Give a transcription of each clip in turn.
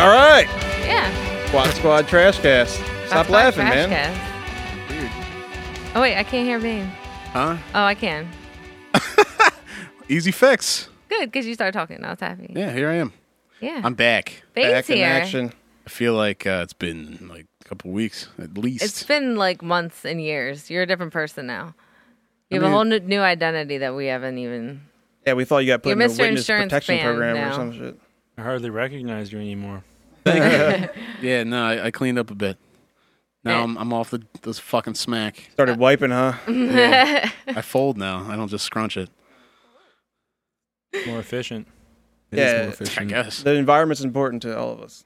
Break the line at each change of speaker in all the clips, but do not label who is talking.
All right.
Yeah.
Squat Squad Trash Cast. Stop
That's my
laughing,
trash
man.
can.
Weird.
Oh wait, I can't hear Bane.
Huh?
Oh, I can.
Easy fix.
Good, because you started talking. and I was happy.
Yeah, here I am.
Yeah.
I'm back.
Bane's
Back in
here.
action.
I feel like uh, it's been like a couple weeks at least.
It's been like months and years. You're a different person now. You have
mean-
a whole new, new identity that we haven't even.
Yeah, we thought you got put
You're
in a
Mr.
witness
Insurance
protection
fan
program or
now.
some shit.
I hardly recognize you anymore.
yeah, no, I, I cleaned up a bit. Now
Eh.
I'm, I'm off the this fucking smack.
Started wiping, huh?
I fold now. I don't just scrunch it.
More efficient.
is Yeah, more
Mm.
I
efficient.
guess.
the environment's important to all of us.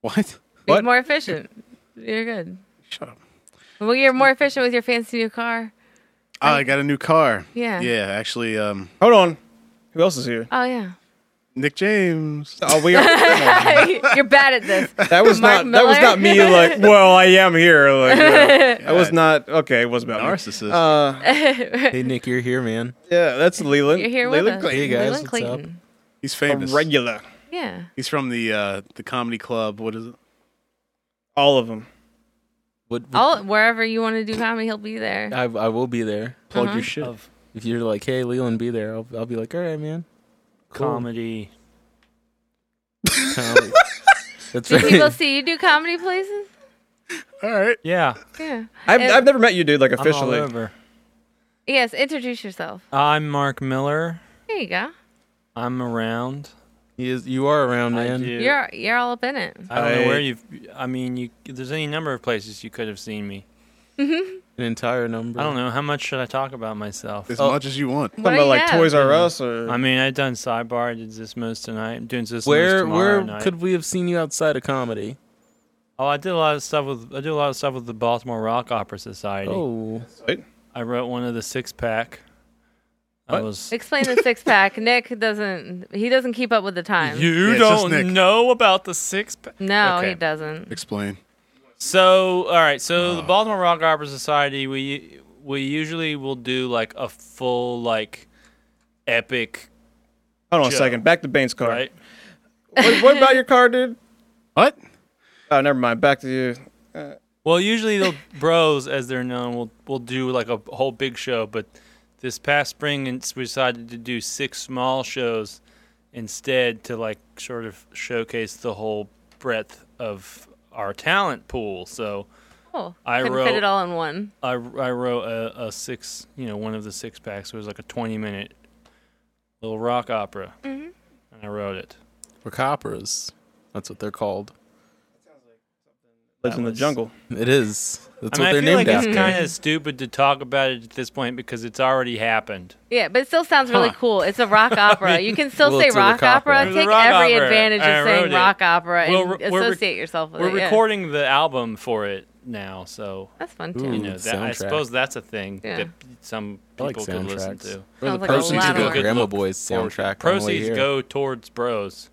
What?
Be
What?
more efficient. You're good.
Shut up.
Well, you're more efficient with your fancy new car.
Oh, I got a new car.
Yeah.
Yeah, actually, um,
Hold on. Who else is here?
Oh yeah.
Nick James.
Oh, we are.
you're bad at this.
That was
Mark
not. That was
Miller?
not me. Like, well, I am here. Like, yeah. I was not. Okay, it was about me.
Narcissist.
Uh,
Hey Nick, you're here, man.
yeah, that's Leland.
You're here with
Leland
us.
Clayton.
Hey, guys,
Leland
what's up?
Clayton.
He's
A
famous.
regular.
Yeah.
He's from the uh, the comedy club. What is it?
All of them.
What, what-
All wherever you want to do comedy, he'll be there.
I I will be there.
Plug your shit.
If you're like, hey Leland, be there, I'll I'll be like, all right, man. Cool.
Comedy.
Comedy. That's
Do people
right.
see you do comedy places?
All right.
Yeah.
Yeah.
I've,
And-
I've never met you, dude. Like officially.
Officially. I'm all over.
Yes. Introduce yourself.
I'm Mark Miller.
There you go.
I'm around.
He is, you are around,
I
man.
do-
You're you're all up in it.
I don't know
I-
where you've. I mean, you. There's any number of places you could have seen me.
An entire number.
I don't know how much should I talk about myself.
As
Oh.
much as you
What
want.
do
Talking
you
about like
have?
Toys R Us or
I mean, I done sidebar. I did Zismos tonight. I'm doing Zismos
Where
tomorrow
where
night.
could we have seen you outside of comedy?
Oh, I did a lot of stuff with. I do a lot of stuff with the Baltimore Rock Opera Society.
Oh,
Wait,
I wrote one of the six pack. I
What?
was.
Explain the six pack. Nick doesn't. He doesn't keep up with the time.
You
Yeah, it's just Nick.
don't know about the six pack.
no,
Okay.
he doesn't.
Explain.
So, all right. So the Baltimore Rock Opera Society, we we usually will do like a full like epic,
hold on a
Joe.
second. Back to Bane's car.
right?
What, what about your car, dude?
What?
Oh, never mind. Back to you.
Well, usually the bros, as they're known, will will do like a whole big show. But this past spring, it's- we decided to do six small shows instead to like sort of showcase the whole breadth of our talent pool. So
Cool.
I
Oh, Couldn't
wrote-
fit it all in one.
I, I wrote a, a six, you know, one of the six packs. It was like a 20 minute little rock opera. Mm-hmm. And I wrote it.
we're copperas. That's what they're called.
Lives in the
was-
jungle.
It is.
I
That's
mean,
what
I
they're
feel
named
like
after.
it's kind of stupid to talk about it at this point because it's already happened.
Yeah, but it still sounds really
Huh.
cool. It's a rock opera. you can still
Well,
say
it's a rock
rock
opera.
opera.
It's a
Take
rock
every
opera.
advantage
I
of saying
wrote it.
rock opera and
Well, we're- we're rec-
associate yourself with
We're
it. yeah.
recording the album for it now, so
That's fun too.
you
Ooh,
know that, I
Hmm, soundtrack.
suppose that's a thing
Yeah.
that some
I
people
like
could listen
soundtracks.
to.
Where the
Sounds like a
proceeds
lot of
go
work.
Grandma
Look
Boys
forward-
soundtrack. on the way
Proceeds
here.
go towards bros.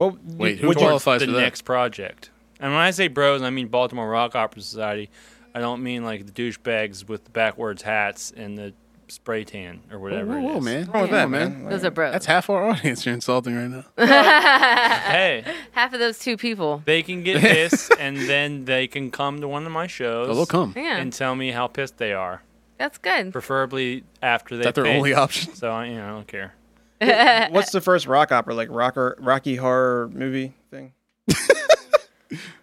Well,
Wait,
you-
who
would you-
qualifies
the
for that?
next project. And when I say bros, I mean Baltimore Rock Opera Society. I don't mean like the douchebags with the backwards hats and the spray tan or
Whoa,
whatever.
whoa,
it
whoa,
is.
man. What's
wrong
wrong
with
with that,
that,
man?
Those are bros.
That's half our audience you're insulting right now.
Hey,
Half of those two people.
they can get pissed and then they can come to one of my shows
Oh, they'll come. Is
Yeah,
and tell me how pissed they are,
that's good.
preferably after they.
that their
pay.
only option?
So I, you know, I don't care.
What's the first rock opera? Like rocker, Rocky Horror movie thing?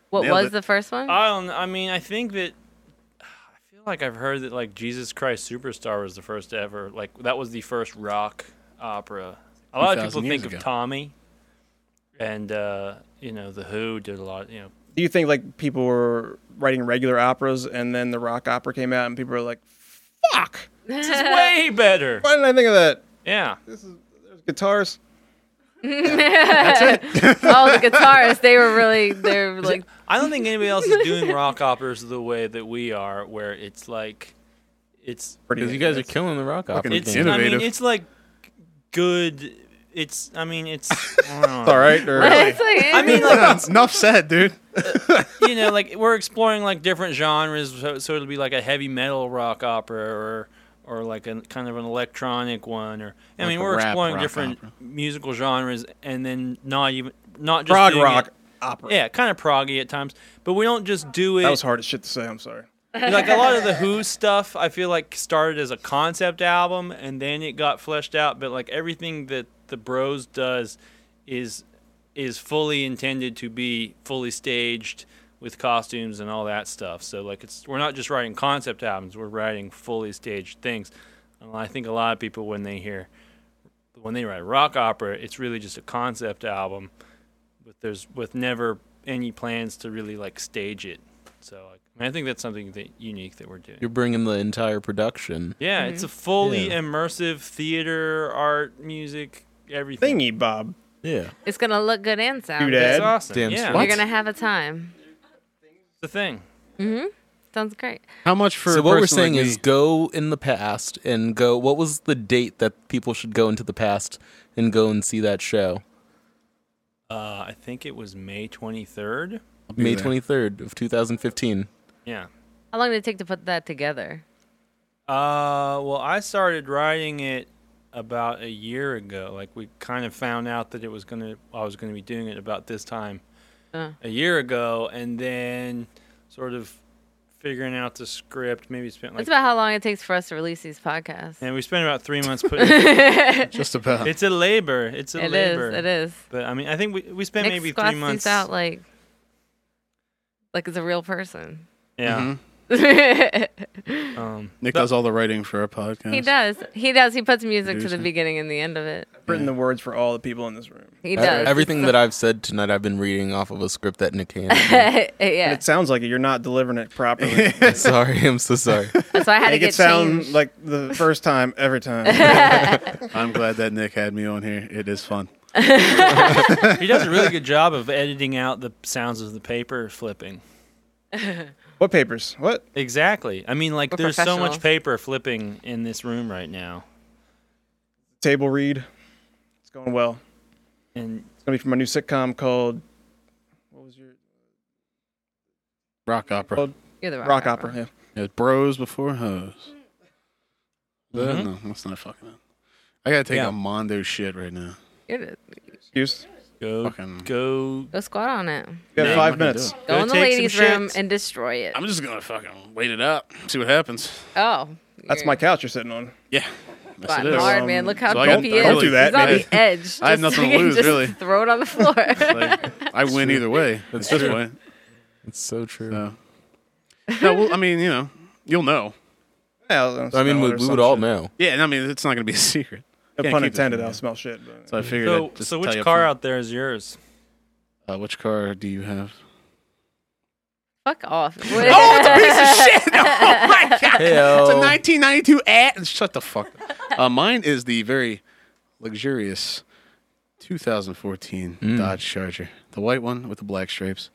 What
Nailed
was
it.
the first one?
I don't. I mean, I think that. I feel like I've heard that like Jesus Christ Superstar was the first ever. Like that was the first rock opera. A lot
2,000
of people
years
think
ago.
of Tommy, and uh, you know the Who did a lot. You know,
Do you think like people were writing regular operas and then the rock opera came out and people were like, "Fuck!
this is way better.
Why didn't I think of that?"
Yeah,
There's guitars.
oh, the guitarists. They were really. They're like.
I don't think anybody else is doing rock operas the way that we are, where it's like, it's
Pretty.
Because you guys are killing the rock opera.
Fucking
it's.
game.
I mean,
Innovative.
it's like good. It's. I mean, it's. I don't
It's all
know.
right. Or,
It's like-
I mean, like
Enough said, dude.
you know, like we're exploring like different genres, so, so it'll be like a heavy metal rock opera or or like a kind of an electronic one or I
Like
mean
a
we're
rap
exploring
rock
different
opera.
musical genres and then not even not just
prog
doing
rock.
it-
opera.
Yeah, kind of proggy at times, but we don't just do it.
That was hard as shit to say. I'm sorry.
like a lot of the Who stuff, I feel like started as a concept album and then it got fleshed out. But like everything that the Bros does is is fully intended to be fully staged with costumes and all that stuff. So like it's we're not just writing concept albums; we're writing fully staged things. And I think a lot of people when they hear when they write rock opera, it's really just a concept album, but there's with never any plans to really like stage it. So like, I, mean, I think that's something that unique that we're doing.
You're bringing the entire production.
yeah, it's a fully
Yeah.
immersive theater, art, music, everything.
Thingy Bob.
Yeah.
It's gonna look good and sound.
Dude,
good.
That's
Ed.
awesome.
Damn
yeah,
What?
You're gonna have a time.
That's the thing.
Sounds great.
How much for?
so
a
what we're
person
saying
like
is
me?
go in the past and go. What was the date that people should go into the past and go and see that show?
Uh, I think it was May 23rd.
be
May
there.
23rd of 2015.
Yeah.
How long did it take to put that together?
Uh, well, I started writing it about a year ago. Like we kind of found out that it was gonna, I was gonna be doing it about this time
Uh.
a year ago, and then sort of figuring out the script. Maybe spent like,
That's about how long it takes for us to release these podcasts.
and we spent about three months putting.
just about.
it's a labor. It's a
It is.
labor.
It is.
But I mean, I think we we spent
Nick
maybe
squats
three months.
these out like, like it's a real person.
yeah.
Mhm.
Um,
Nick
But-
does all the writing for our podcast.
He does. He does. He puts music to the
Producer.
beginning and the end of it.
I've written the words for all the people in this room.
He does.
Uh, E-, Everything
It's
that I've said tonight, I've been reading off of a script that Nick handed.
so- yeah.
It sounds like it. You're not delivering it properly.
me. sorry, I'm so sorry.
That's why I had to
Make
get
it sound
changed.
like the first time every time.
I'm glad that Nick had me on here. It is fun.
he does a really good job of editing out the sounds of the paper flipping.
what papers? What?
Exactly. I mean, like
We're
there's so
professionals.
much paper flipping in this room right now,
Table read. It's going well.
and
It's gonna be from my new sitcom called. What was your
Rock opera.
Well,
You're the rock,
rock opera? Yeah.
It was bros before hoes. That-
Mm-hmm.
Mhm.
No, that's not fucking up. I gotta take
Yeah.
a Mondo shit right now.
You're the,
Excuse.
go
Fucking.
go.
go squat on it.
You
Yeah,
got
I'm
five
not gonna
minutes.
do it.
Go
Go
in the
take some
ladies' room
shits.
and destroy it.
I'm just gonna fucking wait it up, see what happens.
oh.
That's
you're
my couch you're sitting on.
Yeah, that's
squatting
it is.
hard,
Um,
man. Look how
so I
dope
got-
he
I
is.
don't do that,
He's on
man.
the edge.
I have
Just
nothing to
fucking
lose,
just
really.
Throw it on the floor.
Like, I win either way. That's this
true.
way.
It's so true.
So. No, well, I mean, you know, you'll know.
Yeah, I'll-
I mean,
smell
we,
it or
we
some
would all
shit.
know.
Yeah, and I mean, it's not gonna be a secret.
No
Can't
pun
keep it from
intended.
you.
I'll smell shit. But
So I figured.
So
I'd just
so
tell
which
you
car
up
out there is yours?
front. Uh, which car do you have?
Fuck off.
Oh, it's a piece of shit! Oh my god! It's a
Oh.
Heyo.
1992 at. Shut the fuck. up. Uh, mine is the very luxurious 2014 Dodge Charger, the white one with the black stripes.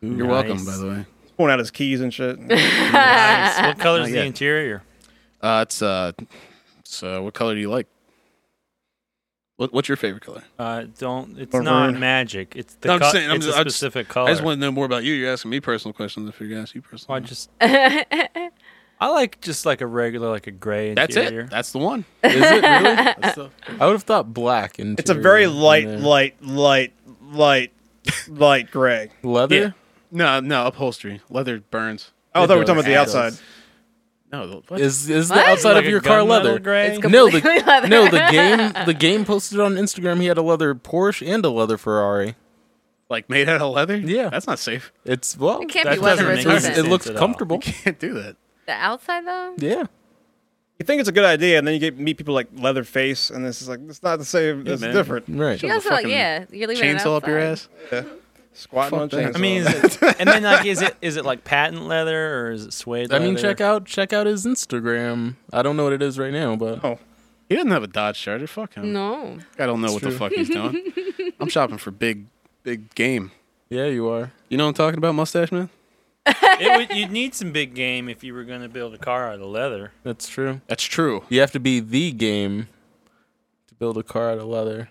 You're welcome,
Nice.
by the way.
pulling out his keys and shit.
nice. What color's
Not
the
yet.
interior?
Uh, it's uh, so what color do you like? What, what's your favorite color?
Uh, don't. It's
Maroon.
not magic. It's the.
No, I'm just
co-
saying, I'm
it's
just-
a
I just-
specific color.
I just want to know more about you. You're asking me personal questions. I figured I'd ask you personal.
I just. I like just like a regular, like a gray
That's
interior.
it. That's the one.
Is it really?
That's the-
I would have thought black. And
It's a very light, light, light, light, light gray.
leather.
yeah. No, no upholvery. Leather burns.
Oh, I thought we were
does.
talking about the
It
outside.
does.
No, the- what?
Is is the
What?
outside
Like
of
a
your car
gunmetal
leather?
gray?
It's
No, the
completely leather.
no the game the game posted on Instagram. He had a leather Porsche and a leather Ferrari.
like made out of leather?
Yeah.
that's not safe.
It's well,
It can't
That
be
doesn't
weather
make
it's-
sense
it
resistant.
looks
at all.
comfortable.
Can't do that.
The outside though.
Yeah,
You think it's a good idea, and then you get meet people like Leatherface, and this is like it's not the same. It's
man.
different.
right.
You
Shove a
also like
fucking
yeah. You're leaving it
Chainsaw up your
outside.
ass.
Squatting on
Fuck that.
chainsaw.
I mean, is it, and then like, is it is it like patent leather or is it suede?
I mean,
leather?
check out check out his Instagram. I don't know what it is right now, but
oh,
He doesn't have a Dodge Charger. Fuck him.
No.
I don't know what the
true.
fuck he's doing. I'm shopping for big, big game.
yeah, you are.
You know what I'm talking about, mustache man?
It would, you'd need some big game if you were going to build a car out of leather.
That's true.
That's true.
You have to be the game to build a car out of leather.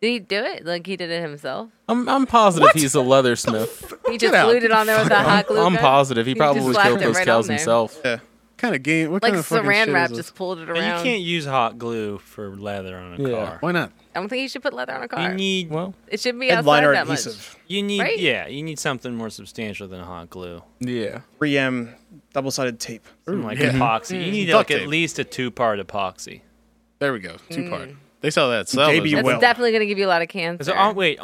Did he do it? Like he did it himself?
I'm I'm positive he's a leathersmith.
He just
out.
glued it on there with a hot glue
I'm
gun?
positive he
You just
probably
slapped
killed
it
those
right on
cows
there.
himself.
yeah.
kind of game? What
Like
kind of fucking shit
saran
is
wrap
this?
just pulled it
And
around.
you can't use hot glue for leather on a
Yeah.
car.
Why not?
I don't think you should put leather on a car.
You need
Well,
it should be outside
Headliner
that
adhesive.
you need
Right?
yeah, you need something more substantial than hot glue.
yeah.
3M double-sided tape.
Some, like
yeah.
Mm.
epoxy. You need
Duct
like at
tape.
least a two part epoxy.
There we go.
Mm.
Two part. They saw that. Sell
Baby
much. That's
well.
definitely going to give you a lot of cancer.
So aren't wait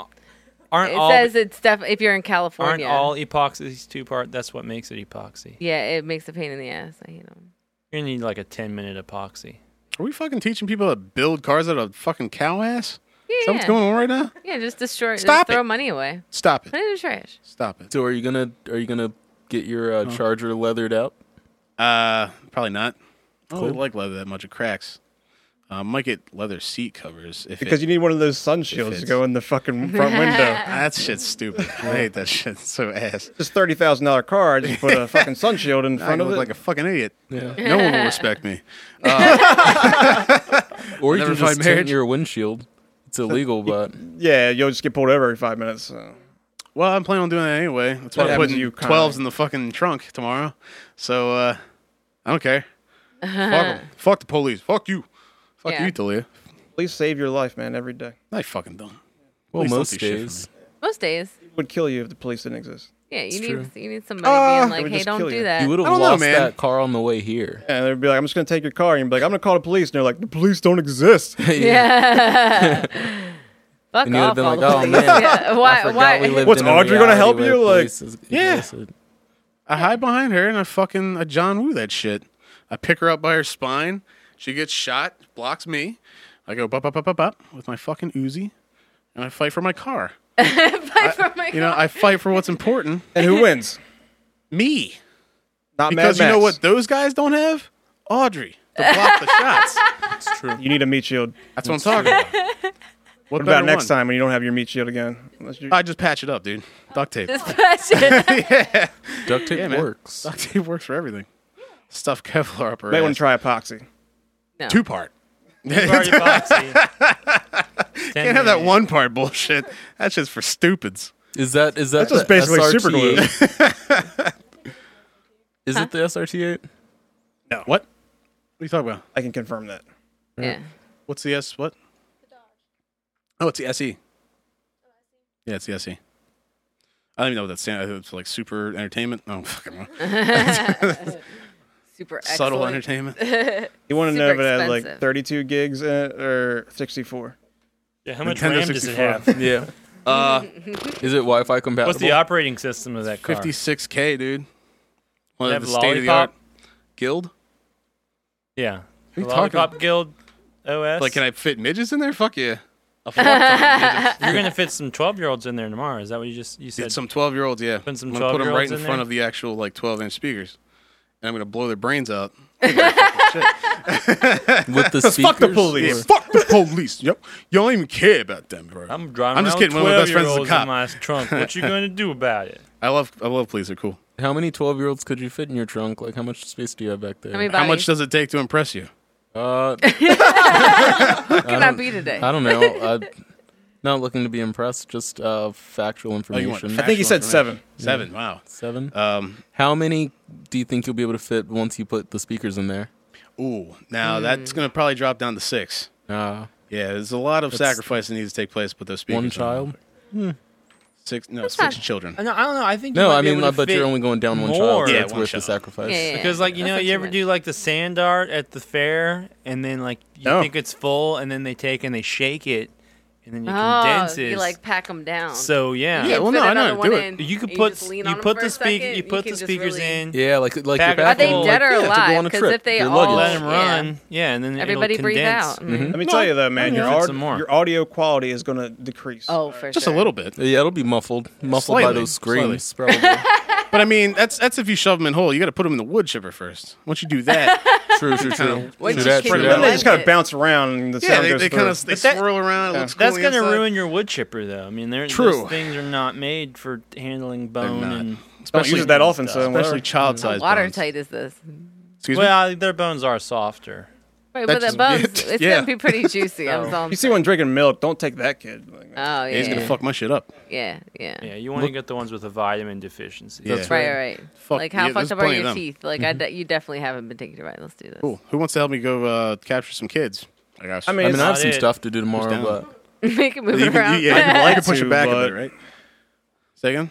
aren't
it
all
says it's def- if you're in
aren't
California.
all epoxies two part? That's what makes it epoxy.
yeah, it makes a pain in the ass. I hate them.
You're gonna need like a ten minute epoxy.
Are we fucking teaching people to build cars out of fucking cow ass? Is that
Yeah,
what's going on right now?
yeah, just destroy.
Stop
just throw
it.
money away.
Stop
Put
it.
it in the trash.
Stop it.
So are you gonna are you gonna get your uh, charger leathered out?
Uh, probably not. I don't really like leather that much. It cracks. Uh, might get leather seat covers if
Because
it,
you need one of those sun shields to
it's-
go in the fucking front window.
that shit's stupid. I hate that shit so ass.
This thirty thousand dollar car, I just put a fucking sun shield in
I
front of
look
it.
like a fucking idiot.
Yeah.
No one will respect me.
Or you
Never
can just
find
tint
marriage.
your windshield. It's illegal, but
yeah, you'll just get pulled over every five minutes. so.
Well, I'm planning on doing that anyway. That's why
What
I'm
happens
putting
to you, Connor?
twelves in the fucking trunk tomorrow. So uh, I don't care. Fuck 'em. Fuck the police. Fuck you. Fuck
Yeah.
you, Talia.
Please save your life, man, every day.
I fucking don't.
well,
Please don't
most
do shit for
days.
Most days.
It would kill you if the police didn't exist.
Yeah, you need
true.
you need somebody
Ah,
being
it
like,
would
hey,
just
don't
kill
do
you.
that.
You would
I
have
don't know,
lost
man.
that car on the way here.
And they'd be like, I'm just going to take your car. And you'd be like, I'm going to call the police. And they're like, the police don't exist.
Yeah. Fuck
And you would've
off.
been
all
like,
the
"Oh,
police."
man,
Yeah,
I
Why?
forgot we
Why?
lived
What's
in a
Audrey gonna
reality
help
where
you?
the
Like-
police is-
Yeah.
existed.
I hide behind her and I fucking I John Woo that shit. I pick her up by her spine. She gets shot, blocks me. I go bop bop bop bop bop with my fucking Uzi, and I fight for my car.
Fight for my
You know, I fight for what's important.
and who wins?
Me,
Not
because
Mad
you know
Max.
what those guys don't have? Audrey to block the shots.
You need a meat shield.
That's what I'm talking about.
What about
better
next
one?
time when you don't have your meat shield again? Unless you
I just patch it up, dude. Duct tape.
Just press it.
Duct tape
Yeah, man.
works.
Duct tape works for everything. Stuff Kevlar up her
might want
ass.
to try epoxy.
No.
Two part.
Two-part epoxy.
Can't have that one part bullshit. That's just for stupids.
Is that is that
That's just
the
basically
SRT8?
super glue.
is it the SRT8?
No.
What? What are you talking about?
I can confirm that.
yeah.
What's the S? What? Oh, it's the SE. Yeah, it's the SE. I don't even know what that stands. I think It's like super entertainment. Oh, fucking know.
Super excellent.
subtle entertainment.
You want to know if
Super
it had
expensive.
like 32 gigs in it or 64?
Yeah, how much
Nintendo
RAM does it
64.
have?
Yeah. Uh, is it Wi-Fi compatible?
What's the operating system of that car?
56K, dude. One
They
of the
have
state of the art
Lollipop?
guild.
Yeah.
What are you talking
Lollipop Guild OS.
Like, can I fit midgets in there? Fuck yeah. I'll fucking fit midgets.
You're gonna fit some twelve year olds in there tomorrow. Is that what you just you said?
Some 12 year olds, yeah.
Put some
I'm gonna put them
12-year-olds
right in,
in
front
there?
of the actual, like, 12 inch speakers. And I'm going to blow their brains out.
with the speakers?
Yeah, fuck the police. Yep. Y'all don't even care about them, bro.
I'm driving.
I'm just
around
kidding. One of my best friends is a
12-year-olds
cop.
In my trunk. What you gonna do about it?
I love I love police. They're cool.
How many twelve-year-olds could you fit in your trunk? Like, how much space do you have back there?
How many
How much
bodies
does it take to impress you?
uh,
can I be today?
I don't know. I'm not looking to be impressed. Just uh, factual
Oh, you
information.
want
I think he
Actual
said seven.
information. Seven. Wow.
Seven.
Um.
How many do you think you'll be able to fit once you put the speakers in there?
Ooh. Now
Mm.
that's gonna probably drop down to six.
Uh,
Yeah. There's a lot of sacrifice that needs to take place with those speakers.
one
on.
child.
Six. No, six
not-
children.
No, I don't know. I think you
No,
might
I
be
mean,
able
uh,
to
but you're
fit
only going down one
more.
child. so
Yeah,
it's
one
worth the
child.
sacrifice.
Yeah, yeah, yeah.
Because like you
That's
know,
not
you
too
ever
much.
do like the sand art at the fair, and then like you
No.
think it's full, and then they take and they shake it, and then you
Oh,
condense it.
you like pack them down.
so yeah.
You can't
well,
fit
no, I know
another
how to
one
do it.
in,
You could
and
put
just lean
you
on 'em
put
for
the
a
speaker
second.
you put
can
the
just
speakers
really-
in.
Yeah, like like
Pack
your
them. Are they
bathroom,
dead
like,
or
yeah, to go on
alive?
a
'Cause
trip,
if they
your
all-
luggage.
Let them
Yeah.
run. Yeah, and then
Everybody
it'll
breathe
condense.
out. Mhm.
Let me tell you though, man, your,
yeah.
aud-
Some more.
your audio quality is going to decrease.
Oh, for
Just
sure.
a little bit.
Yeah, it'll be muffled, muffled by
Slightly,
those screams. Probably.
But I mean, that's that's if you shove them in whole. You got to put them in the wood chipper first. Onch you do that,
true, true, true.
What'd you
True that,
kick
true
And
him
then
Yeah.
they
that.
just kind of bounce around and the
yeah,
sound
they,
goes
they
through.
kind of they
But that-
swirl around. It looks cool
That's
on the
gonna
inside.
ruin your wood chipper, though. I mean, they're
True.
Those things are not made for handling bone
not.
and.
Don't use it that often, so
uh, especially
whatever.
child
How
size.
watertight is this?
Excuse me.
Well, their bones are softer.
Right, but
That
the
just-
bones, it's
yeah.
gonna be pretty juicy. I'm so
You see one drinking milk, don't take that kid. Like,
Oh yeah,
He's gonna fuck my shit up.
yeah, yeah,
Yeah, you want to get the ones with a vitamin deficiency.
Yeah. That's
Right, right.
Fuck,
like how
yeah, there's
fucked up are
plenty of
your
them. Mm-hmm.
teeth? Like I, de- you definitely haven't been taking it right. Let's do this.
Cool. Who wants to help me go uh, capture some kids? I got.
I mean,
I mean, I have
not
some
it.
stuff to do
down?
tomorrow, but
Make it move
you
around.
can, you- yeah, you can, I can push
To,
it back a
but-
bit, right? Say again.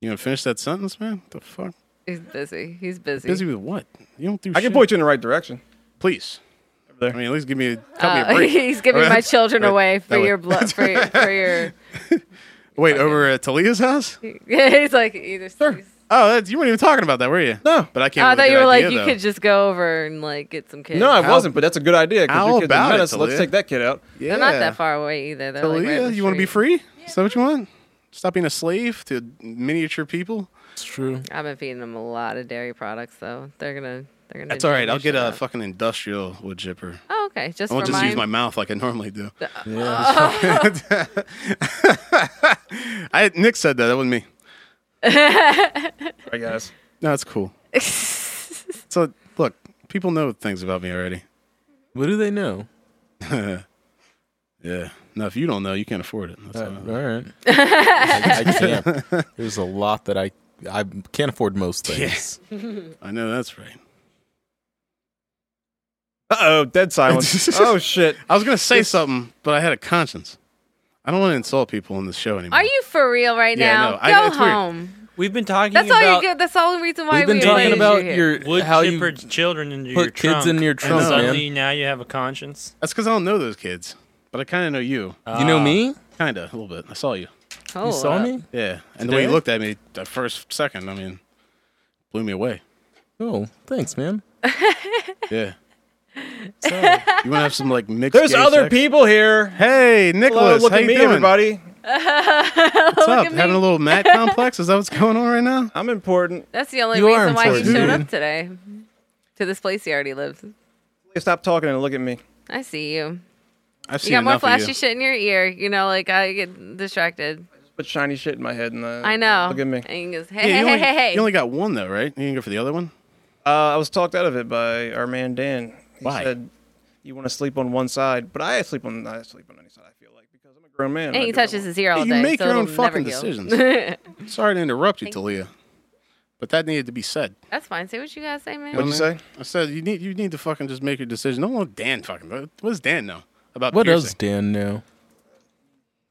You gonna finish that sentence, man? The fuck?
He's busy. He's busy.
Busy with what? You don't do.
I can
shit.
point you in the right direction.
Please.
there.
I mean, at least give me a, cut me a
Uh,
break.
he's giving my children
Right,
away for
that way.
your blood for, your- for your.
Wait, over at Talia's house?
Yeah, he's like either. Sure.
Oh, that's, you weren't even talking about that, were you?
No.
but I
Oh,
can't.
I
with a
thought you
good
were like
idea,
you
though.
could just go over and like get some kids.
No, I
How-
wasn't, but that's a good idea because
How
your kid's
about it,
a menace. so let's
Talia?
take that kid out.
Yeah,
They're not that far away either. They're like right
Talia,
up the
you want to be
street.
free? Is that what you want? Stop being a slave to miniature people.
it's true.
I've been feeding them a lot of dairy products, though. They're gonna. They're gonna.
That's all right.
jam
I'll
your
get a
shit up.
fucking industrial wood chipper.
Oh, okay. Just
I won't
for
just
mine.
use my mouth like I normally do.
Yeah.
I Nick said that. That wasn't me.
I guess.
No, that's cool. so look, people know things about me already.
What do they know?
Yeah. No, if you don't know, you can't afford it. That's
Uh,
all.
all right. I, I can't. There's a lot that I I can't afford most things.
I know that's right.
Uh oh, dead silence. oh shit.
I was gonna say something, but I had a conscience. I don't want to insult people in this show anymore.
Are you for real right
Yeah,
now?
no,
Go
I- it's weird.
home.
We've been talking
That's all you
about
get. That's all the reason why
We've been
we
talking
invited
about
you here.
your
wood
how you
chippered children into your
put
trunk.
kids in your trunk,
and suddenly
man.
now you have a conscience. Uh,
That's because I don't know those kids, but I kind of know you.
You know me?
Kind of a little bit. I saw you.
Hold
You saw
up.
me?
Yeah, and the way you
Today?
looked at me that first second, I mean, blew me away.
Oh, thanks, man.
Yeah.
So,
You want to have some like mixed?
There's
gay
other
sex?
people here.
Hey, Nicholas,
Hello, look
how
at
you
me,
doing?
everybody.
What's up?
at me.
Having a little Matt complex? Is that what's going on right now?
I'm important.
That's the only
You are
reason why he
important.
showed up today to this place he already lives.
Stop talking and look at me.
I see you.
I've
You
seen
got more
enough of
flashy shit in your ear. You know, like I get distracted.
Put shiny shit in my head and uh,
I know.
Look at me.
And he goes, hey, hey,
Yeah, you, only,
hey, hey, hey.
you only got one though, right? You can go for the other one.
Uh, I was talked out of it by our man Dan. He
Why?
said you want to sleep on one side, but I sleep on I sleep on any side I feel like because I'm a grown man.
and
I
he
do what I
touches
want.
his ear all
Hey,
day.
you make
so
your own
it'll never
fucking
heal.
decisions. Sorry to interrupt you, Talia, but that needed to be said.
That's fine. Say what you gotta say, man.
What'd you say?
I said you need you need to fucking just make your decision. Don't let Dan fucking. What does Dan know about
what
piercing?
does Dan know?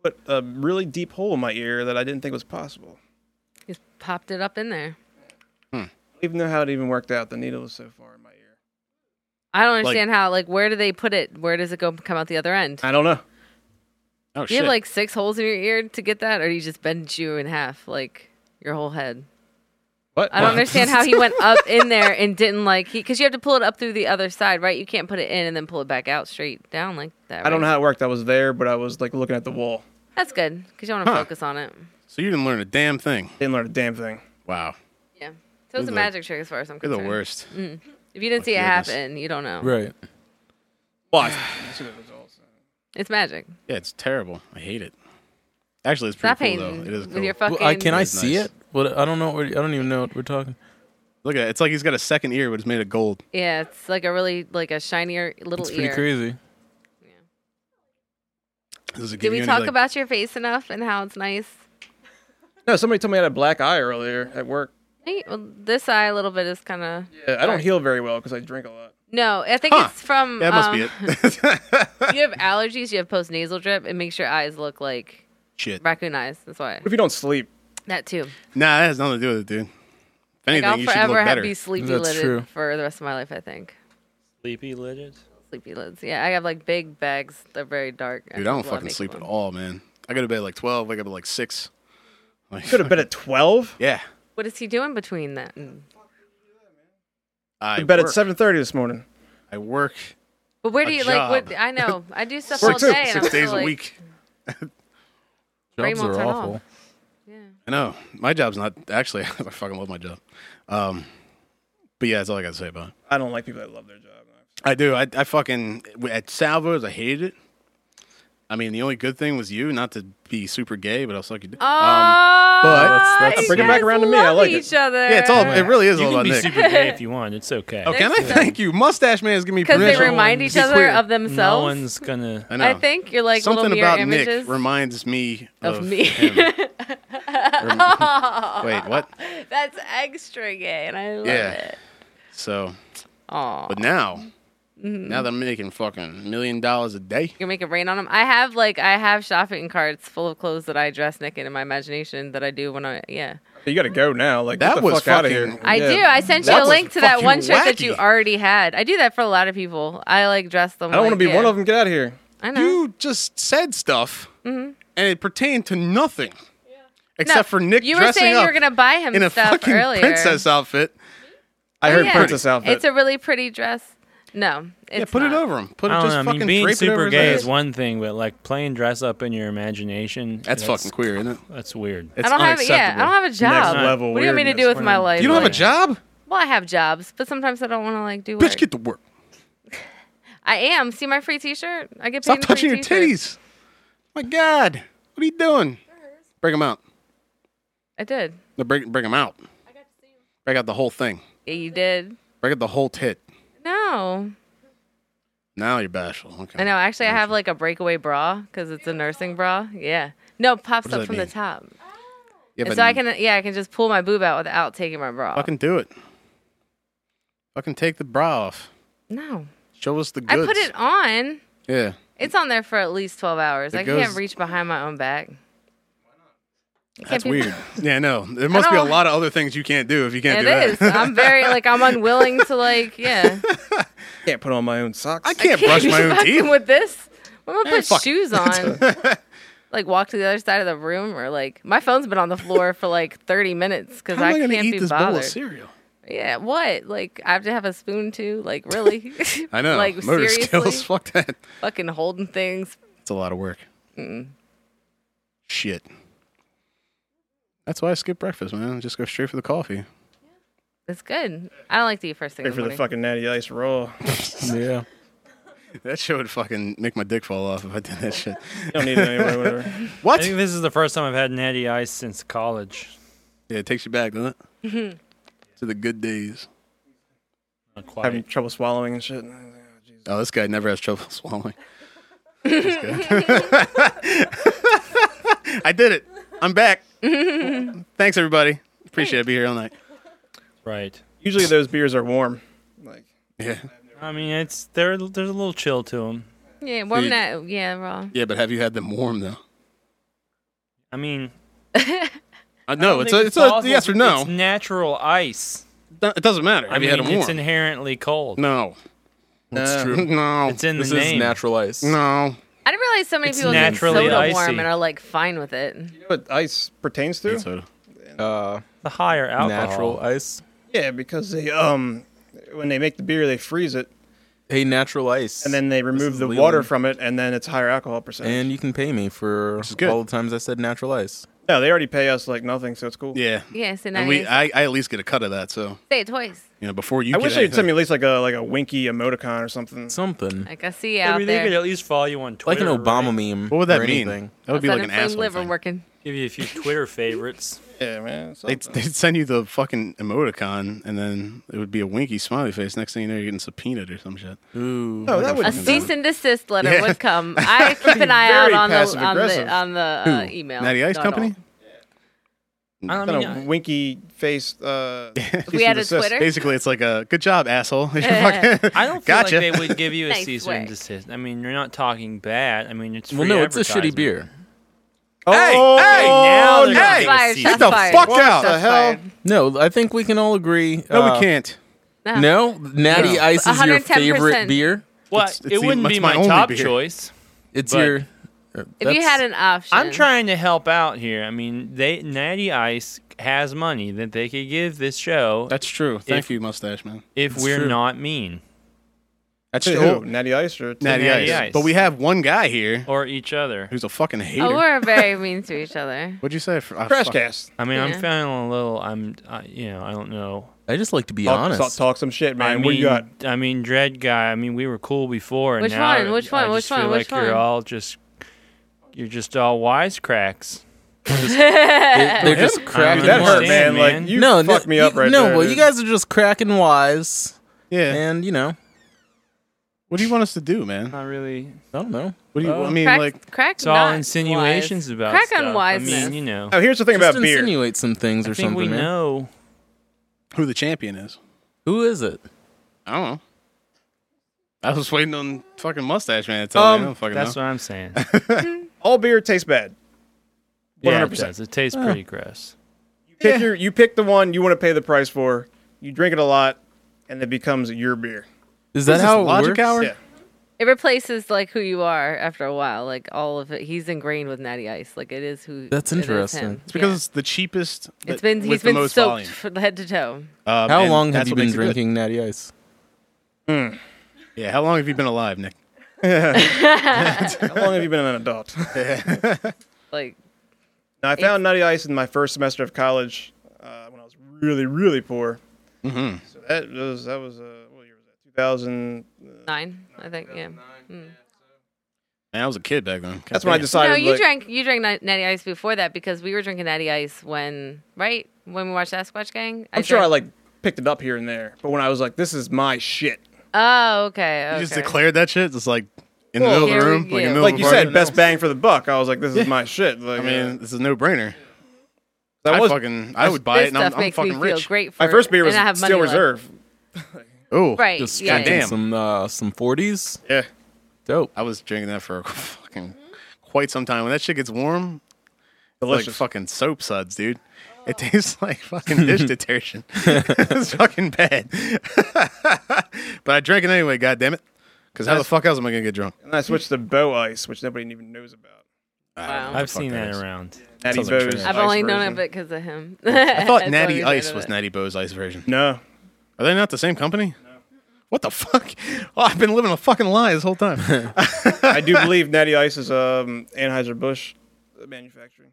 Put a really deep hole in my ear that I didn't think was possible.
He's popped it up in there.
I don't even know how it even worked out. The needle was so far in my ear.
I don't understand how. Like, where do they put it? Where does it go? Come out the other end?
I don't know.
Oh
Do you
shit!
have like six holes in your ear to get that, or do you just bend you in half, like your whole head?
What?
I don't understand how he went up in there and didn't like because you have to pull it up through the other side, right? You can't put it in and then pull it back out straight down like that.
I don't
right?
know how it worked. I was there, but I was like looking at the wall.
That's good because you want to
Huh.
focus on it.
so you didn't learn a damn thing.
Didn't learn a damn thing.
Wow,
Yeah, so it's
the-
a magic trick as far as I'm
you're
concerned.
the worst.
Mm. If you didn't see it
goodness.
happen, you don't know.
Right.
Why?
It's magic.
Yeah, it's terrible. I hate it. Actually, it's pretty
Stop
cool though.
hating
It is
with
cool.
your
Well,
fucking.
I, can I
That's
see
nice.
it? What I don't know. What, I don't even know what we're talking.
Look at it. It's like he's got a second ear, but it's made of gold.
Yeah, it's like a really like a shinier little
It's pretty
ear.
crazy.
Does it
Did
give
we
you any,
talk
like-
about your face enough and how it's nice?
No, somebody told me I had a black eye earlier at work.
Hey, Well, this eye a little bit is kind of
Yeah, I don't heal very well because I drink a lot.
no. I think
Huh.
it's from.
Yeah, that must
um,
be it.
you have allergies. You have post nasal drip. It makes your eyes look like
Shit.
raccoon eyes. That's why
What if you don't sleep?
that too.
Nah, that has nothing to do with it, dude. If anything,
like I'll
you should look
forever have
better.
be sleepy
That's
lidded
true.
for the rest of my life. I think
Sleepy legend.
sleepy lids. Yeah, I have like big bags. They're very dark.
Dude, I don't fucking sleep at all, man. I go to bed at like twelve. Wake up at like six. Like,
Could have been at 12.
yeah.
What is he doing between that? And...
I
I bet at
work.
7:30 this morning.
I work
But where
A
do you like?
job.
What I know, I do stuff all
Work
day.
too.
and I'm
six days
still,
a
like-
week.
Brain
Jobs
won't
are
turn
awful.
off. Yeah.
I know my job's not actually. I fucking love my job. Um, but yeah, that's all I got to say about it.
I don't like people that love their job.
I do. I, I fucking at Salvos. I hated it. I mean, the only good thing was you, not to be super gay, but I was like,
Oh,
but-
That's- that's-
you
Bring it
back
guys
around to me. I
love
like it.
each other.
yeah, it's all. It really is
you
all
can
about
be
Nick.
super gay if you want. It's okay.
oh, can I?
There's-
Thank you. Mustache Man is giving me
because
permission.
they
No
remind
one-
each
be
other
queer.
of
No
themselves.
one's gonna.
I know.
I think you're like
Something
little mirror
about
images.
Nick reminds me
Of
of,
me.
him. Rem- Wait, what?
That's extra gay, and I love
Yeah.
it.
So,
Aw.
but now,
Mm-hmm.
now that I'm making fucking million dollars a day,
You can make it rain on them. I have like I have shopping carts full of clothes that I dress naked in my imagination that I do when I yeah.
You got to go now. Like
That
get the
was
fuck out of
fucking-
here.
I
Yeah.
do. I sent you
That
a
was
link to that
fucking
one shirt that you
wacky.
already had. I do that for a lot of people. I like dress them.
I don't want to be one of them. Get out of here.
I know.
you just said stuff,
Mm-hmm.
and it pertained to nothing, except for Nick
You were
dressing
saying
up
you were gonna buy him
in a
stuff
fucking
earlier.
princess outfit. I
Oh,
heard
yeah.
princess.
Princess outfit.
It's a really pretty dress. No, it's
Yeah, put it
not.
over him. Put it
I don't
just
know. I
fucking
mean, being
drape it over
super
his
gay
head.
is one thing, but like playing dress up in your imagination.
That's, fucking queer, isn't it?
That's weird.
It's
I don't have yeah. I
unacceptable.
don't have a job.
level
what do you want me to
weirdness.
do with my
We're-
life?
You don't have a
Like,
job,
Well, I have jobs, but sometimes I don't want to like do work.
bitch. Get to work.
I am. See my free T-shirt? I get paid.
Stop
in free
touching your
t-shirts.
titties. My God, what are you doing? Break them out.
I did.
No, break break them out. Break out the whole thing.
Yeah, you did.
Break out the whole tit.
No,
Now you're bashful. Okay.
I know. Actually, I have like a breakaway bra because it's a nursing bra. Yeah. No, it pops
does
up
that
from
mean?
the top,
Yeah,
and so I can yeah I can just pull my boob out without taking my bra. off.
fucking do it. Fucking take the bra off.
no,
Show us the goods.
I put it on.
Yeah.
It's on there for at least twelve hours.
It
I
goes-
can't reach behind my own back.
That's
be-
weird. yeah, no. There must be a
don't-
lot of other things you can't do if you can't
It
do that.
is. I'm very like I'm unwilling to like yeah.
Can't put on my own socks.
I can't brush my own
fucking
teeth. Eh,
with this. I'm gonna put
fuck.
shoes on. like walk to the other side of the room, or like my phone's been on the floor for like 30 minutes because
How am
I
I gonna
can't
eat
be
this bowl of
bothered.
cereal?
Yeah, what? Like I have to have a spoon too? Like really?
I know.
like
Motor
seriously,
skills. Fuck that.
fucking holding things. Mm.
It's a lot of work. Shit. That's why I skip breakfast, man. Just go straight for the coffee.
It's good. I don't like to eat first thing.
Wait
in
for
the
the
morning.
fucking natty ice roll. You
Uh,
Yeah.
That shit would fucking make my dick fall off if I did that shit.
don't need it anyway. Whatever.
I
What?
think this is the first time I've had natty ice since college.
Yeah, it takes you back, doesn't it? to the good days.
Not quite.
Having trouble swallowing and shit.
Oh, this guy never has trouble swallowing. That's good. I did it. I'm back. Thanks, everybody. Appreciate it. Be here all night.
right.
Usually those beers are warm. Like
Yeah.
I mean, it's there. There's a little chill to them.
Yeah, warm
you-
that. Yeah, raw.
Yeah, but have you had them warm though?
I mean,
Uh, no,
I
it's
think
a, it's a
possible.
yes or no.
It's natural ice.
No, it doesn't matter. Have
I
you
mean,
had them warm?
it's inherently cold.
no.
that's true.
No.
It's in
This
the
is
name.
natural ice.
no.
I didn't realize so many
It's
people get
naturally
soda
icy.
warm and are like fine with it.
You know what ice pertains to?
Uh,
The higher alcohol.
natural ice.
Yeah, because they um when they make the beer they freeze it
Hey, natural ice.
and then they remove
is
the
Leland.
water from it and then it's higher alcohol percentage.
And you can pay me for
good.
all the times I said natural ice.
no, they already pay us like nothing, so it's cool.
Yeah.
Yeah, so now
And
we,
we, I, I at least get a cut of that. So
say it twice.
you know, before you.
I
get
wish they'd
anything-
send me at least like a like a winky emoticon or something.
Something.
Like I see you
I
out
mean, they
there.
could at least follow you on
Like
Twitter.
an Obama
right?
meme.
What would that
or
mean?
anything.
That would be
Outside of
like an
Flame
asshole
Liver
thing.
working.
Give you a few Twitter favorites.
Yeah, man. something.
They'd, they'd send you the fucking emoticon, and then it would be a winky smiley face. Next thing you know, you're getting subpoenaed or some shit.
Ooh.
No, Oh, that
A
would
A
not
cease and desist letter
Yeah.
would come. I keep an eye out
Very
on the on
passive-aggressive.
the on the uh,
Who?
email.
Natty Ice
No, I don't.
Company.
I
kind
mean,
of
I-
winky faced. Uh,
If we had a Twitter.
Basically, it's like a good job, asshole. You're fucking-
I don't feel
Gotcha.
like they would give you a
Nice
cease
work.
and desist. I mean, you're not talking bad. I mean, it's
Well,
free
no, it's a shitty
advertisement.
beer.
Hey,
Oh,
hey,
now they're
Oh, hey,
gonna give
Fire,
us
shots
season.
Get the
fired.
fuck out.
Shots
The hell?
fired.
No, I think we can all agree.
no,
uh,
we can't.
No, Natty
No.
Ice is your
110%.
favorite beer.
Well,
It's- it's
it
the-
wouldn't
it's
be
my
my,
only
top
beer.
choice.
It's
But-
your.
If you
that's-
had an option,
I'm trying to help out here. I mean, they Natty Ice has money that they could give this show
That's true. Thank
If-
you, mustache man.
if we're
true.
not mean
That's
To
true.
who? Natty Ice or
Natty,
Natty
Ice.
Ice.
But we have one guy here
or each other.
who's a fucking hater.
Oh, we're very mean to each other.
What'd you say? For, oh,
Crash
fuck.
cast.
I mean,
Yeah.
I'm feeling a little. I'm, I, you know, I don't know.
I just like to be
Talk,
honest.
talk, talk some shit, man.
I mean,
what do you got?
I mean, Dread guy. I mean, we were cool before. And
Which
now
one? Which
I
one?
just
Which
feel
one?
like
Which
you're
one?
all just You're just all wisecracks.
They're just cracking
Dude, that hurt,
wise.
man.
Understand,
Like
man.
you
no,
fucked
no,
me up
you-
right
no,
there.
well,
dude.
you guys are just cracking wise,
Yeah.
and you know,
What do you want us to do, man?
Not really.
I don't know.
What do you?
Oh.
I mean,
crack,
like,
crack
It's all
not
insinuations
wise.
about
crack
stuff.
on wiseness.
I mean, you know.
Oh, here's the thing
Just
about beer.
insinuate some things or
I think
something. eh?
we
man.
know.
who the champion is?
Who is it?
I don't know. I was waiting on fucking mustache man to tell me. I
Um,
don't fucking
That's
know.
what I'm saying.
All beer tastes bad.
yeah, it
100%.
does. It tastes pretty gross.
You pick your you pick the one you want to pay the price for. You drink it a lot, and it becomes your beer.
Is that
Is this
how it
logic
works?
hour?
Yeah.
It replaces like who you are after a while. Like all of it, he's ingrained with Natty Ice. Like it is who.
That's
it is
interesting.
him.
It's because
Yeah.
it's the cheapest. that-
it's been
with
he's
the
been
most
soaked
volume.
from head to toe.
Um,
How
and
long have
that's
you
what
been
makes it good.
drinking Natty Ice?
Yeah, how long have you been alive, Nick?
How long have you been an adult?
Like
Now, I found Nutty Ice in my first semester of college uh, when I was really, really poor. Mm-hmm. So that was that was uh, what year was that? 2000.
nine, I think. Yeah. Mm.
Man, I was a kid back then. God
That's when I
damn.
decided.
no, you
like,
drank you drank Nat- Natty Ice before that because we were drinking Natty Ice when right when we watched Sasquatch Gang.
I'm sure I
drank-
like picked it up here and there, but when I was like, "This is my shit,"
Oh, okay.
You
okay.
just declared that shit, just like in
Well,
the middle of
Here
the
we
room, like, in the
go.
middle
like
of
you
a
said,
party?
best bang for the buck. I was like, "This is my shit." Like,
I mean,
uh,
this is a no-brainer.
that
I
was
fucking, I would buy
this
it, and I'm,
stuff
I'm
makes me
fucking
feel
rich.
great. For
my first beer
it,
was
and I have money
Steel
left.
Reserve.
Oh,
Right.
Just
yeah.
drinking
Goddamn.
some uh, some forties.
Yeah,
Dope.
I was drinking that for fucking quite some time. When that shit gets warm, it's like
delicious.
fucking soap suds, dude. It tastes like fucking dish detergent. it's fucking bad. but I drank it anyway. God damn it! Because how the fuck else am I gonna get drunk?
and I switched to Bow Ice, which nobody even knows about.
Wow.
I've seen
that
that
is.
around.
Natty
Sounds like
Bow's
trash.
I've
ice
only known
version.
of it because of him.
I
That's
thought
all
Natty
we've known
Ice
of
was
it.
Natty Bo's ice version.
No,
Are they not the same company? What the fuck? Oh, I've been living a fucking lie this whole time.
I do believe Natty Ice is um, Anheuser Busch manufacturing.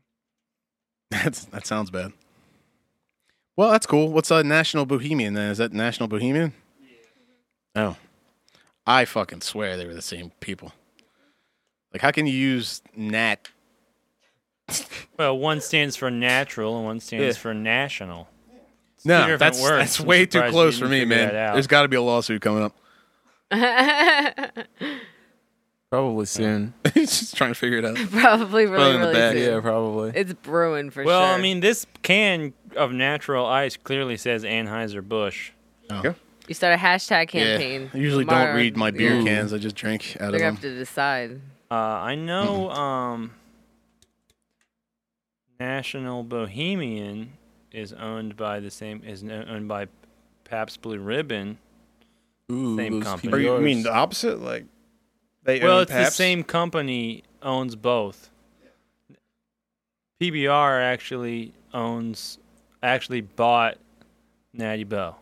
That's, that sounds bad. Well, that's cool. What's uh, National Bohemian then? Is that National Bohemian? Oh. I fucking swear they were the same people. Like, how can you use Nat?
Well, one stands for natural and one stands
Yeah.
for national. two
No,
different
that's,
words.
that's
I'm
way too
surprised you
close for
didn't
me,
figure
man.
that out.
There's got to be a lawsuit coming up.
Probably soon.
He's just trying to figure it out.
Probably really,
in the
really
bag,
soon.
yeah, probably.
It's brewing for
Well,
sure.
I mean, this can of natural ice clearly says Anheuser Busch.
you start a hashtag
Yeah.
campaign.
I usually
tomorrow.
don't read my beer
Ooh.
cans. I just drink out
They're
of
gonna
them.
have to decide.
Uh, I know um, National Bohemian is owned by the same is no- owned by Pabst Blue Ribbon.
Ooh,
Same
those
company.
PBRs.
Or you mean the opposite? Like they
well,
own
it's the
Pabst?
same company owns both. PBR actually owns actually bought Natty Bo.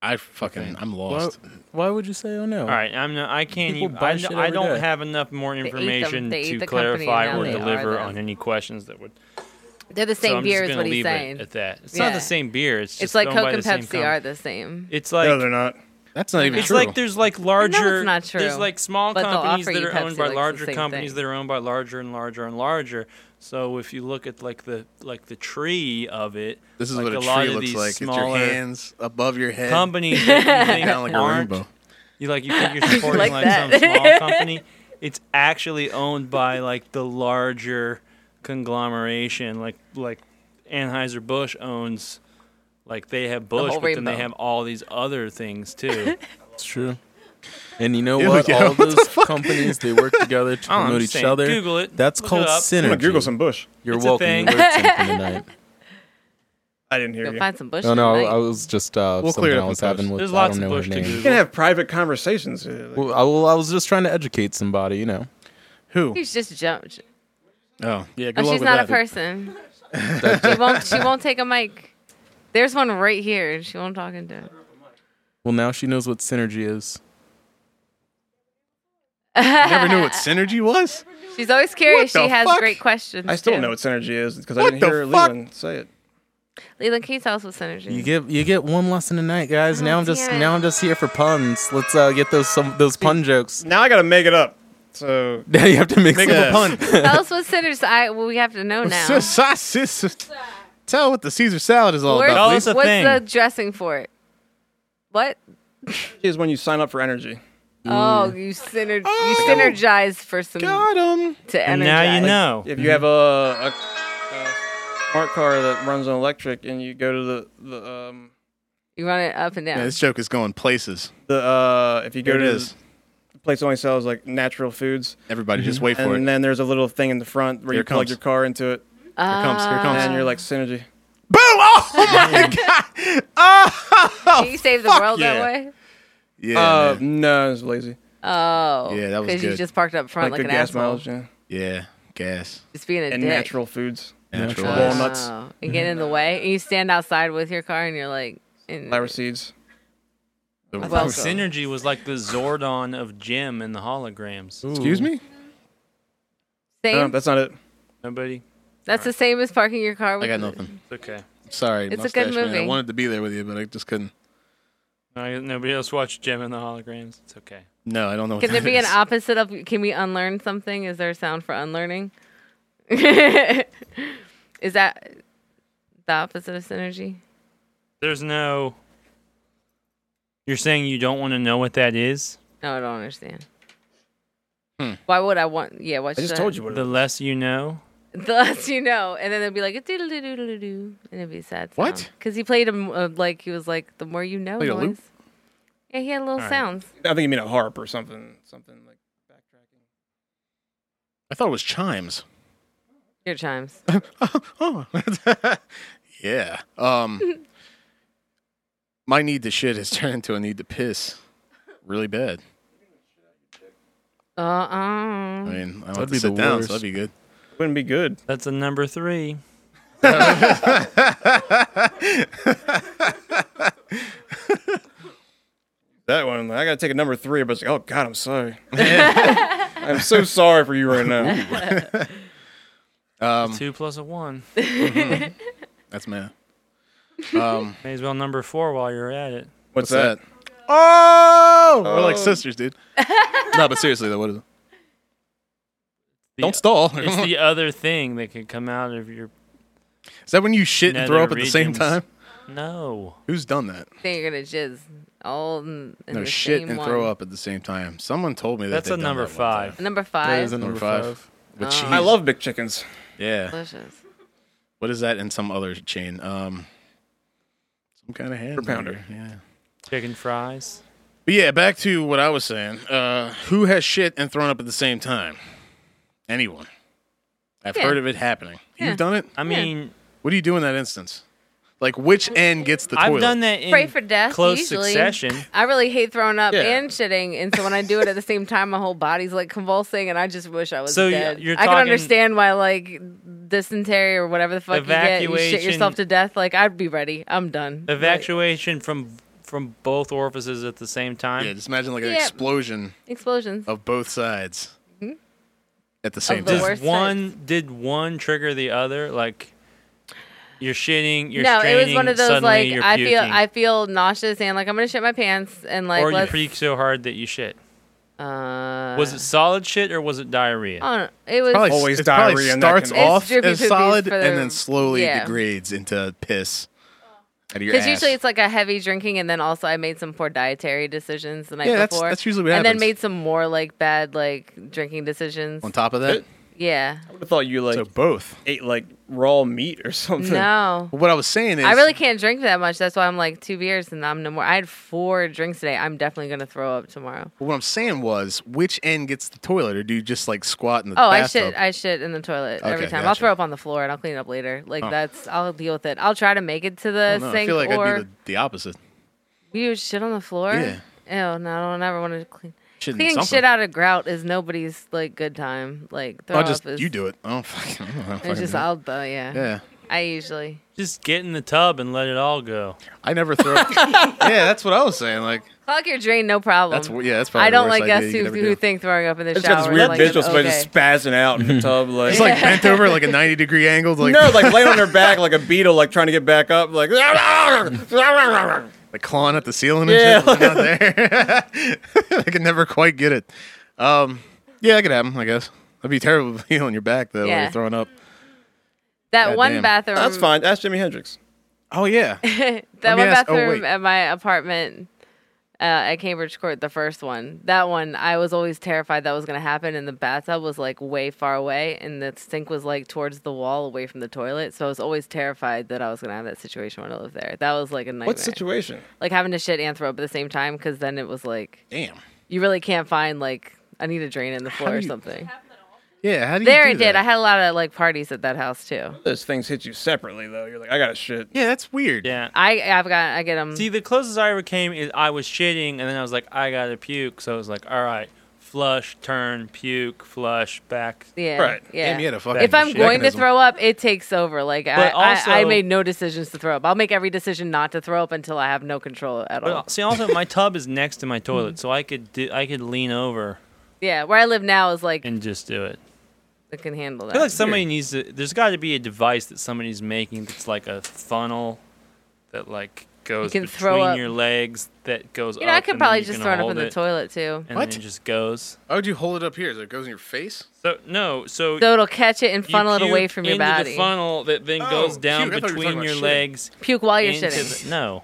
I fucking, I'm
Why,
lost.
why would you say oh no?
All right, I'm not, I can't
People
even.
buy
I,
shit
I
every
don't
day.
have enough more
eat them-
information
they eat
to
the company,
clarify
now
or
they are
deliver
them.
on any questions that would.
They're the
so
same
I'm just
beer, is
gonna
what he's
leave it
saying.
At that, it's
Yeah.
not the same beer. It's just
It's like
owned
Coke
by
and
the same
Pepsi are
comp-
the same.
It's like
no, they're not.
That's not even
it's
true.
like there's like larger.
not
There's
true,
like small
but they'll
companies
offer
that
you
are owned
Pepsi,
by
like, it's the
larger
same
companies
thing.
that are owned by larger and larger and larger. So if you look at like the like the tree of it,
This is
like
what a,
a lot
tree
of
looks
these
like. It's your
smaller
hands above your head,
companies that you think
down like a
aren't-
rainbow.
You like you think you're supporting
like
like,
that.
some small company. It's actually owned by like the larger conglomeration, like like Anheuser Busch owns. Like they have Bush,
whole
but then they
rainbow.
have all these other things too.
It's true. And you know
Ew,
what?
yo,
All
what the
those companies they work together to
I'm
promote each
saying,
other.
Google it.
That's
Look it
called
up.
synergy.
I'm gonna Google some Bush.
You're
It's a
welcome.
thing.
You learned something tonight. Oh,
I didn't hear
Go
you.
find some bush.
No, no, I,
tonight.
I was just uh,
We'll clear it
something I
up
was
in post.
having with
There's
I
lots
don't
of
know her
Bush to
name.
Google.
You can have private conversations. here, like-
Well, I, well, I was just trying to educate somebody, you know.
Who?
He's just jumped.
Oh, yeah. Good
Oh,
luck
she's
with
not
that.
a person. she won't. She won't take a mic. There's one right here. and She won't talk into it.
Well, now she knows what synergy is.
You never knew what synergy was.
She's always curious.
What
She
the
has
fuck?
great questions.
I still
too.
don't know what synergy is because I
What
didn't
the
hear
fuck?
Leland say it.
Leland, can you tell us what synergy?
You
is?
get you get one lesson tonight,
Oh,
guys. now I'm just
damn it.
now I'm just here for puns. Let's uh, get those some those pun jokes.
Now I gotta make it up. So
Now you have to mix
Make
it
up
up.
a
pun.
Tell us what sinners I well, we have to know now.
Sis- sis- sis- Tell what Oh, the Caesar salad is all
Where's-
about.
Tell
please.
us a
what's
thing.
the dressing for it? What?
is when you sign up for energy.
Oh, you syner- you synergize for some
Got 'em.
to
And
energize.
now you know.
If
Mm-hmm.
you have a, a, a smart car that runs on electric and you go to the the um,
You run it up and down.
Yeah, this joke is going places.
the uh, if you go
There it
to
is.
the place that only sells like natural foods,
Everybody, just wait for
and
it.
then there's a little thing in the front where
Here
you
it
plug
comes.
your car into it,
Here comes. Here
and
comes.
then you're like synergy.
Boom! Oh my god! Oh,
Can you save the
fuck
world
yeah.
that way?
yeah,
uh,
man.
no, it's lazy.
Oh,
Yeah, that was
Because you
good.
just parked up front like,
good
an
gas
asshole.
mileage, yeah.
yeah. Gas,
Just being a
and
dick.
natural foods.
natural,
Natural.
gas.
Walnuts.
Oh, and get in the way. And you stand outside with your car and you're like, in,
Lyra seeds.
Well,
Ooh, Synergy was like the Zordon of Jim in the holograms.
Excuse me.
No,
same.
that's not it.
Nobody?
That's the same as parking your car. With
I got
the-
nothing.
It's okay.
Sorry,
It's a
mustache
good
man. I
movie.
wanted to be there with you, but I just couldn't.
No, nobody else watched Jim and the holograms. It's okay.
No, I don't know. What
Can there
that
be an
is.
opposite of? Can we unlearn something? Is there a sound for unlearning? is that the opposite of synergy?
There's no. You're saying you don't want to know what that is?
No, I don't understand.
Hmm.
Why would I want? Yeah, what
I just told you what it
The less you know?
The less you know, and then it'd be like a doodle doodle doodle doo, and it'd be a sad.
What?
Because he played him uh, like he was like the more you know
Played a
noise.
loop?
Yeah, he had little
right.
sounds.
I think you mean a harp or something. Something like backtracking.
I thought it was chimes.
Your chimes.
oh, yeah. Um, my need to shit has turned into a need to piss, really bad.
Uh uh
I mean, I want
That'd
to
be
sit
the
down,
worst.
so that'd be good.
Wouldn't be good.
That's a number three.
That one. I gotta take a number three, but it's like, oh god, I'm sorry. I'm so sorry for you right now.
Um,
Two plus a one.
that's man. Um,
May as well number four while you're at it.
What's,
what's
that?
that? Oh, we're like
Oh.
sisters, dude. no, but seriously though, what is it?
The-
Don't stall.
It's the other thing that could come out of your.
Is that when you shit and throw up
nether
at the same
regions.
time?
No.
Who's done that?
Then you're gonna jizz all in, in
no
the
shit
same
and
one.
throw up at the same time. Someone told me that.
That's
they'd
a
done
number
that one time.
five.
Number
That is
five.
a number
Number five.
five.
With
Oh.
cheese.
I love big chickens.
Yeah.
Delicious.
What is that in some other chain? Um, some kind of hand
Per pounder.
burger. Yeah.
Chicken fries.
But yeah, back to what I was saying. Uh, who has shit and thrown up at the same time? Anyone. I've
Yeah.
heard of it happening.
Yeah.
You've done it.
I mean,
What do you do in that instance? Like which end gets the toilet?
I've done that in
Pray for death,
close
usually.
succession.
I really hate throwing up
Yeah.
and shitting, and so when I do it at the same time, my whole body's like convulsing, and I just wish I was
So y-
dead.
you're
I can
talking-
understand why, like dysentery or whatever the fuck you get, you shit
Evacuation. Uh,
yourself to death. Like I'd be ready. I'm done. Like,
Evacuation from from both orifices at the same time.
Yeah, just imagine like an
Yeah.
explosion
explosions.
of both sides at the same
the
time.
worst-
Does one did one trigger the other? Like you're shitting, you're
no,
straining,
it was one of those
suddenly
like
you're
I
puking,
feel I feel nauseous and like I'm gonna shit my pants and like
or you
let's.
puke so hard that you shit.
uh,
Was it solid shit or was it diarrhea?
I don't know. It was
Probably
Always
it probably
diarrhea and that
starts
can be-
off
It's drippy
as
poopies
solid
for
and
the-
then slowly
yeah.
degrades into piss. Out of your
Because
ass.
usually it's like a heavy drinking, and then also I made some poor dietary decisions the night
Yeah, that's-
before.
that's usually what
And then
happens.
made some more like bad like drinking decisions.
on top of that.
Yeah.
I would have thought you like
So both.
ate like raw meat or something.
No.
What I was saying is
I really can't drink that much. That's why I'm like two beers and I'm no more. I had four drinks today. I'm definitely gonna throw up tomorrow.
What I'm saying was, which end gets the toilet, or do you just like squat in the
Oh, I
bathtub?
shit! I shit in the toilet every
Okay,
time. I'll
gotcha.
throw up on the floor and I'll clean up later. Like that's I'll deal with it. I'll try to make it to the
don't know, I
sink
feel like
or
I'd be the, the opposite.
you shit on the floor. Ew, no, I don't ever want to clean.
Shitting
Cleaning
something.
shit out of grout is nobody's like good time. Like throw
I'll just
up is
you do it. I don't fucking. I don't fucking
It's just
know.
I'll uh, yeah.
yeah.
I usually
Just get in the tub and let it all go.
I never throw. up. yeah, that's what I was saying. Like
clog your drain, no problem.
that's yeah, that's probably.
Um, I don't
the worst
like
idea
us
you could
who,
ever
who
do.
think throwing up in the
It's
shower.
got this weird
like,
visual,
an
so
okay.
just spazzing out in the tub, like,
It's like bent over, like a ninety degree angle. Like
no, like laying on their back like a beetle, like trying to get back up, like
like clawing at the ceiling and
Yeah.
shit. Not there. I can never quite get it. Um, Yeah, that could happen, I guess. That'd be terrible to feel on your back, though, while
Yeah.
you're throwing up.
That
God
one
damn.
bathroom.
That's fine. That's Jimi Hendrix.
Oh, yeah.
that
me
one
ask- oh,
bathroom
wait.
at my apartment uh, at Cambridge Court, the first one. That one, I was always terrified that was going to happen, and the bathtub was like way far away, and the sink was like towards the wall, away from the toilet. So I was always terrified that I was going to have that situation when I lived there. That was like a nightmare.
What situation?
like having to shit and throw up at the same time, because then it was like
Damn.
you really can't find like I need a drain in the floor
do
or
you-
something.
Yeah, how do you
There
do
it did.
that?
I had a lot of like parties at that house too.
Those things hit you separately though. You're like, I gotta shit.
Yeah, that's weird.
Yeah.
I I've got I get them.
See, the closest I ever came is I was shitting, and then I was like, I gotta puke. So I was like, all right, flush, turn, puke, flush, back.
Yeah.
Right.
Yeah.
Damn, you had a fucking
if I'm going to
mechanism.
throw up, it takes over. Like I,
But
I, I
also-
made no decisions to throw up. I'll make every decision not to throw up until I have no control at all.
But see, also my tub is next to my toilet, so I could do, I could lean over
yeah, where I live now is like
and just do it.
it can handle
I
that.
feel like somebody needs to. There's got to be a device that somebody's making that's like a funnel that like goes
can
between
throw up-
your legs that goes.
you know, I
up,
could
and then
probably
you
just
can
throw it up
hold
in the
it,
toilet too,
And
What?
then it just goes.
Why would you hold it up here? So it goes in your face?
So no, so
so it'll catch it and
you
funnel it away
puke
from your
into
body.
The funnel that then
Oh,
goes down
puke. I thought you were talking
between
about
your
shitting.
legs.
Puke while Oh, you're
into
shitting.
the- no,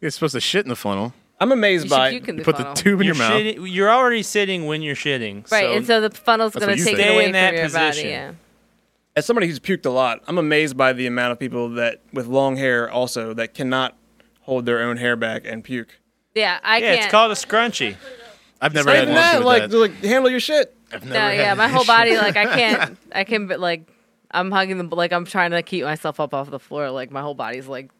You're supposed to shit in the funnel.
I'm amazed
You should
by
puke in the
Put
funnel.
the tube in
you're
your mouth.
shitting- You're already sitting when you're shitting.
right,
so
and so the funnel's
That's
gonna
what you
take
said.
it
Stay
away
in
from
that
your
position.
body. Yeah.
as somebody who's puked a lot, I'm amazed by the amount of people that with long hair also that cannot hold their own hair back and puke.
Yeah, I
yeah,
can't.
it's called a scrunchy.
I've never had
Even
an
that,
issue with
like,
that.
like handle your shit.
I've never
no,
had
yeah,
an
my whole
issue.
body, like I can't, I can, but like I'm hugging the, like I'm trying to keep myself up off the floor. Like my whole body's like.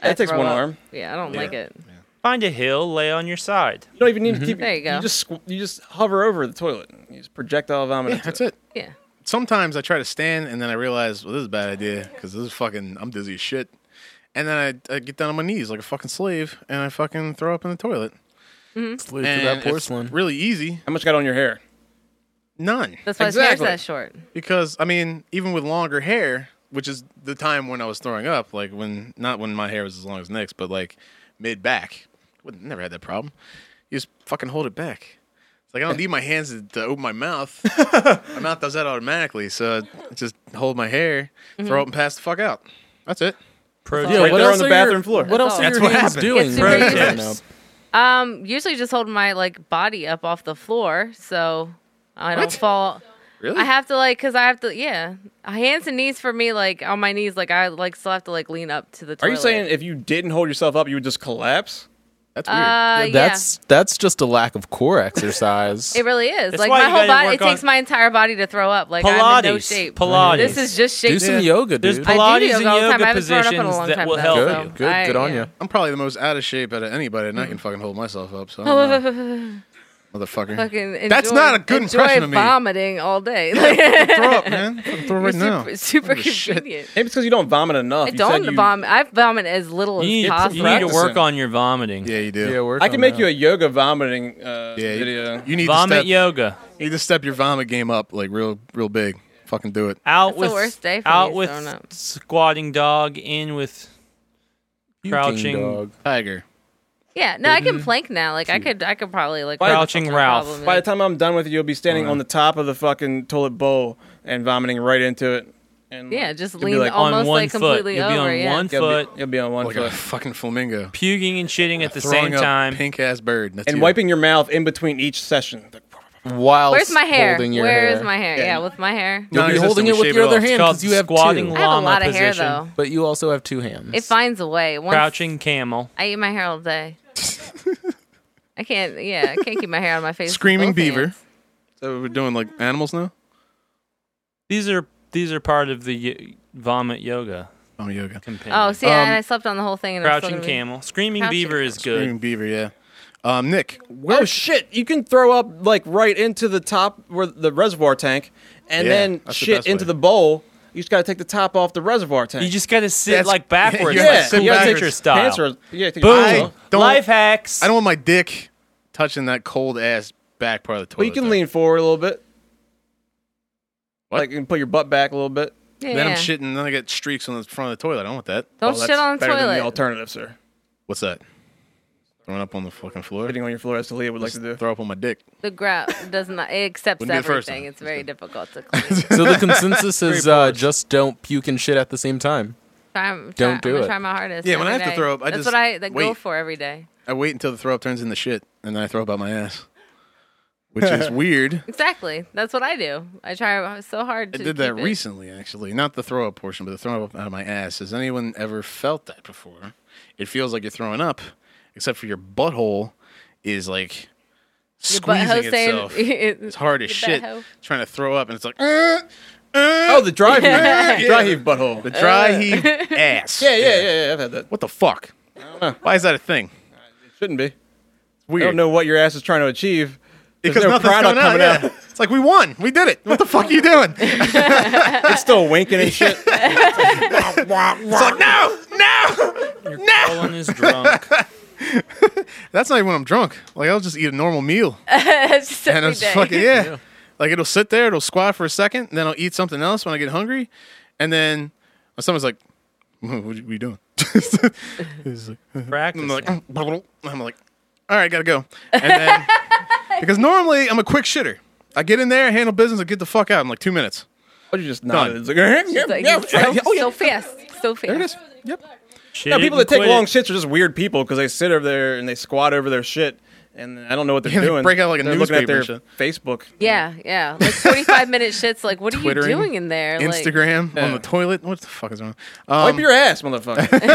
I
That takes
throw
one
up.
arm.
Yeah, I don't like it.
Find a hill, lay on your side.
You don't even need to keep.
There you go.
You just squ- you just hover over the toilet. You just projectile vomit.
Yeah,
into
that's it.
Yeah.
Sometimes I try to stand and then I realize, well, this is a bad idea because this is fucking, I'm dizzy as shit. And then I, I get down on my knees like a fucking slave and I fucking throw up in the toilet.
Slid
And
through that
it's
porcelain.
really easy.
How much got on your hair?
None.
That's why his
Exactly.
hair's that short.
because I mean, even with longer hair, which is the time when I was throwing up, like when not when my hair was as long as Nick's, but like mid back, would never had that problem. You just fucking hold it back. It's like I don't need my hands to, to open my mouth. my mouth does that automatically, so I just hold my hair, throw it, and pass the fuck out. That's it.
Pro
Yeah,
tip.
Right
what
there
else
on the
are
bathroom
your,
floor.
What else are
That's
your
what
hands
happened.
doing?
It's
right
super
now?
useless.
Um, usually just hold my like body up off the floor so I don't
What?
fall.
Really?
I have to like, cause I have to, yeah, hands and knees for me, like on my knees, like I like still have to like lean up to the.
Are
Toilet.
you saying if you didn't hold yourself up, you would just collapse?
That's weird.
Uh,
That's that's just a lack of core exercise.
yeah, it really is.
That's
Like
why
my
you
whole
gotta
body, it
work on-
takes my entire body to throw up. Like I'm in no
Pilates.
shape.
Pilates.
This is just shape.
Do some yoga,
There's
dude.
I do
Pilates
yoga
and
all the time.
yoga
I haven't thrown up in a
positions
long
that
time,
will
though,
help
so-
you.
good, good,
I- Mm.
good on
yeah.
you.
I'm probably the most out of shape out of anybody, and I can fucking hold myself up. So I don't know.
fucking
motherfucker,
enjoy,
That's not a good
Oh. enjoy
impression of me.
vomiting all day.
throw up, man. Fucking throw it right
It's
now.
super, super
Holy shit.
convenient.
Maybe it's because you don't vomit enough.
I
You
don't
said you-
vomit. I vomit as little
You need,
as
you
possible.
need to work
Practicing.
on your vomiting.
Yeah, you do.
Yeah, work
I can
on
make
that.
you a yoga vomiting uh,
Yeah, you-
video.
You need to
Vomit
step,
yoga.
You need to step your vomit game up like real, real big. Fucking do it.
Out
That's the
with
worst day for
out
me,
with
throwing up.
squatting dog. In with
Puking
crouching.
dog.
Tiger.
Yeah, no, I can plank now. Like I could, I could probably like
Crouching
myself, no
Ralph.
problem.
By the time I'm done with it, you'll be standing on the top of the fucking toilet bowl and vomiting right into it. And like,
yeah, just
you'll be
lean
like, "Oh,
almost
on one
like
foot.
completely
You'll be
over.
on
yeah.
one
you'll
foot,
be, you'll be on one
Like a
foot.
fucking flamingo.
puking and shitting at the
Throwing
same
up
time.
Pink ass bird. That's
and
you.
wiping your mouth in between each session. Like,
Whilst
Where's my hair?
Holding your
Where's
hair.
my hair?
Yeah.
Yeah, with my hair.
You'll be
Non-existent,
holding
we
it with
shave
your
it
other
off.
hand
It's called
because you have
squatting
two,
I have a
Llama
lot of hair
position.
though.
but you also have two hands.
It finds a way. Once
Crouching camel.
I eat my hair all day. I can't. Yeah, I can't keep my hair on my face. with
Screaming
both
beaver.
hands.
So we're doing like animals now.
These are these are part of the y- vomit yoga.
Oh, yoga.
Companion.
Oh, see,
Um,
I, I slept on the whole thing. And I'm still
crouching
gonna be-
camel. Screaming
Crouching
beaver is good.
Screaming beaver. Yeah. Um, Nick. Where,
oh shit! You can throw up like right into the top where the reservoir tank, and
Yeah,
then
that's the
shit
best
into
way.
the bowl. You just gotta take the top off the reservoir tank.
You just gotta sit
That's-
like backwards,
Yeah,
yeah,
gotta
like
sit
cool
backwards.
teacher style.
Pants are, yeah, take your pants
Boom.
off.
don't-
Life hacks.
I don't want my dick touching that cold ass back part of the toilet.
Well, you can
though.
lean forward a little bit.
What?
Like you can put your butt back a little bit.
Yeah.
Then I'm shitting. Then I get streaks on the front of the toilet. I don't want that.
Don't
Oh,
shit
that's
on the
better
toilet.
Than the alternative, sir.
What's that? Throwing up on the fucking floor.
Sitting on your floor, as Talia would like to do.
Throw up on my dick.
The grout does not it accepts
Wouldn't be the first
everything.
time.
It's very difficult to clean.
So the consensus is uh, just don't puke and shit at the same time.
try, I'm-
Don't
try, I'm
do
gonna
it.
Try my hardest.
Yeah, when I
every
have to
day.
throw up, I
that's
just
what I that go
wait.
for every day.
I wait until the throw up turns into shit, and then I throw up out my ass, which is weird.
Exactly. That's what I do. I try so hard.
I
To
did that
keep it.
recently, actually. Not the throw up portion, but the throw up out of my ass. Has anyone ever felt that before? It feels like you're throwing up, except for your butthole is like squeezing
butthole saying-
itself. it's hard as
Your
shit
butthole.
trying to throw up, and it's like
Oh, the dry heave.
Dry heave butthole.
the
Uh.
dry heave ass.
Yeah, yeah, yeah, yeah. I've had that.
What the fuck? Why is that a thing?
Shouldn't be.
It's
I
weird.
don't know what your ass is trying to achieve. There's
Because
no
nothing's
product
coming out,
coming
yeah. It's like we won. We did it. What the fuck are you doing?
It's still winking and shit.
It's like no, no.
Colin is drunk.
That's not even when I'm drunk. Like I'll just eat a normal meal.
That's just
and
every
it's
day.
fucking yeah. Like it'll sit there, it'll squat for a second, and then I'll eat something else when I get hungry, and then my stomach's like, "What are you what are you doing?" It's like-
Practice.
I'm like, I'm like, all right, gotta go. And then because normally I'm a quick shitter. I get in there, handle business, I get the fuck out. I'm like two minutes.
Why'd you just
Done.
nodded? It's like, "Eh,
It's
yeah,
like,
yeah,
so,
yeah, oh, yeah.
so fast, so fast.
There it is. Yep.
No, people that take long shits are just weird people because they sit over there and they squat over their shit, and I don't know what they're
Yeah, they
doing.
break out like a
they're looking at
newspaper
their
and
Facebook.
Yeah, yeah. Like forty-five minute shits. Like, what are
Twittering,
you doing in there?
Instagram on
Yeah.
the toilet. What the fuck is wrong?
Wipe
Um,
your ass, motherfucker.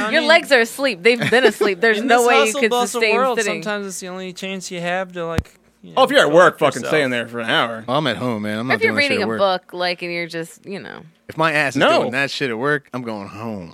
Like, your legs are asleep. They've been asleep. There's
In
no
this
way you
hustle
could
bustle
sustain
world,
sitting.
Sometimes it's the only chance you have to like. you
oh, if you're at
know,
work,
fuck
fucking
yourself.
stay in there for an hour.
I'm at home, man. I'm
Or
not
if you're
doing that shit
reading
at
a
work.
book, like, and you're just, you know,
If my ass is
No.
doing that shit at work, I'm going home.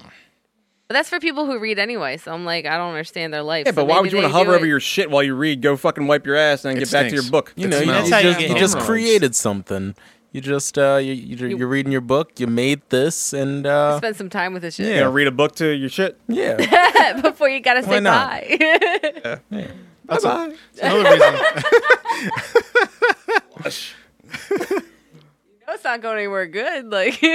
but that's for people who read anyway. So I'm like, I don't understand their life.
Yeah, but
so
why
maybe
would you want
they
to hover
do
over
it.
your shit while you read? Go fucking wipe your ass and then
It
get back to
stinks.
your book.
You
It
know, you,
smells.
you
That's how you
just,
get
you just
hemorrhoids.
created something. You just uh, you, you, you're reading your book. You made this, and uh,
spend some time with this
You
shit
gonna read a book to your shit?
yeah.
before you gotta say
not?
bye.
That's a- that's another reason.
No, it's not going anywhere good. Like, we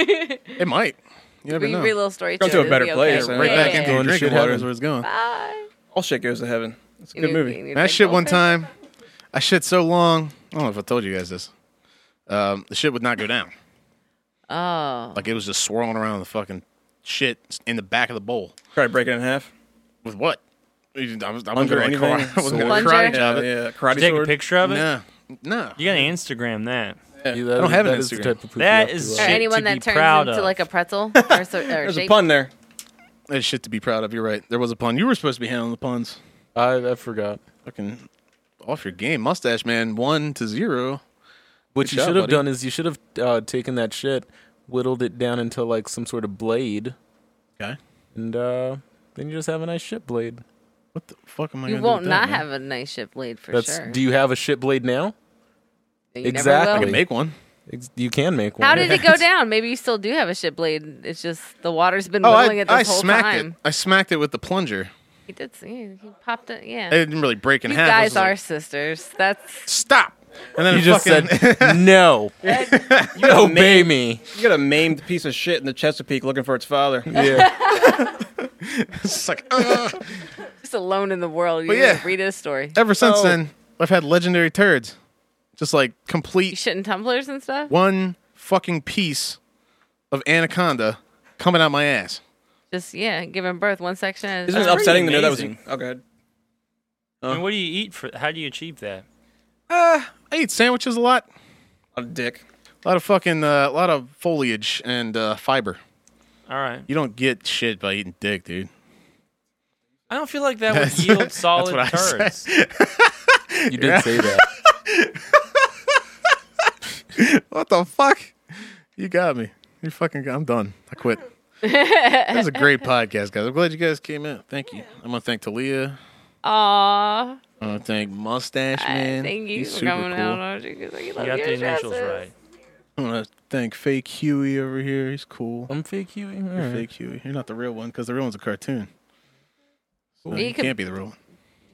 It might. You never
read a
know.
little story.
Go
it,
to a
it'll
better
be
place,
Okay.
yeah.
right back
Yeah.
into your
Going to
drinking
shit
water
heaven.
is where it's going.
Bye.
All shit goes to heaven. It's a
You
good
need- you
movie.
need
that
big
shit
bowl.
one time, I shit so long. I don't know if I told you guys this. Um, the shit would not go down.
Oh,
Like it was just swirling around the fucking shit in the back of the bowl.
Try to break it in half.
With what? I was, I was
Plunger or
gonna
anything?
karate, I was gonna
Sword?
karate
Plunger?
chop
Yeah,
it.
yeah. Karate
You take a
sword.
picture of it.
No, no.
You gotta Instagram that.
I
don't have an Instagram.
That is
or
uh,
shit
anyone
to
that
be
turns
proud
into
of.
like a pretzel or, so, or
There's a
shape.
pun there.
There's shit to be proud of. You're right. There was a pun. You were supposed to be handling the puns.
I, I forgot.
Fucking off your game, mustache man. One to zero.
What
Good
you
job,
should have
buddy.
done is you should have uh, taken that shit, whittled it down into like some sort of blade,
Okay.
and uh, then you just have a nice shit blade.
What the fuck am I?
You
gonna do
won't
with
not
that, man?
have a nice ship blade for
That's.
sure.
Do you have a shit blade now?
You never
exactly.
will.
I can make one.
Ex- You can make one.
How did it go down? Maybe you still do have a ship blade. It's just the water's been
Oh,
whittling
I,
it this
I
whole
smacked
time.
it. I smacked it with the plunger.
He did see. He popped it. Yeah.
It didn't really break in
you
half. I
guys
was just
are
like,
sisters. That's
stop. And then
You
it
just
fucking-
said no.
You got a
Obey
maimed,
me.
you got a maimed piece of shit in the Chesapeake looking for its father.
Yeah.
it's just like. "Ugh."
just alone in the world. You
Well,
yeah.
yeah.
read a story.
Ever since
Oh.
then, I've had legendary turds, just like
You
complete
shit in tumblers and stuff.
one fucking piece of anaconda coming out my ass.
Just yeah, giving birth one section. At
Isn't
a
it
time.
pretty
upsetting to know that was?
amazing.
Oh, go ahead.
I mean, what do you eat for? How do you achieve that?
I eat sandwiches a lot,
A dick.
a lot of fucking, uh, a lot of foliage and uh, fiber.
All right.
You don't get shit by eating dick, dude.
I don't feel like that would yield solid
what I said.
turds.
You did say that.
What the fuck? You got me. You fucking. I'm done. I quit. that was a great podcast, guys. I'm glad you guys came out. Thank you. I'm gonna thank Talia.
Aw,
I want to thank Mustache Man.
thank you
He's
for
super
coming
cool.
out. Audrey, 'cause I love
You got
your
the initials
dresses.
right.
I want to thank Fake Huey over here. He's cool.
I'm fake Huey. All
You're
right.
Fake Huey. You're not the real one because the real one's a cartoon. So
Well,
you
you could-
can't be the real one.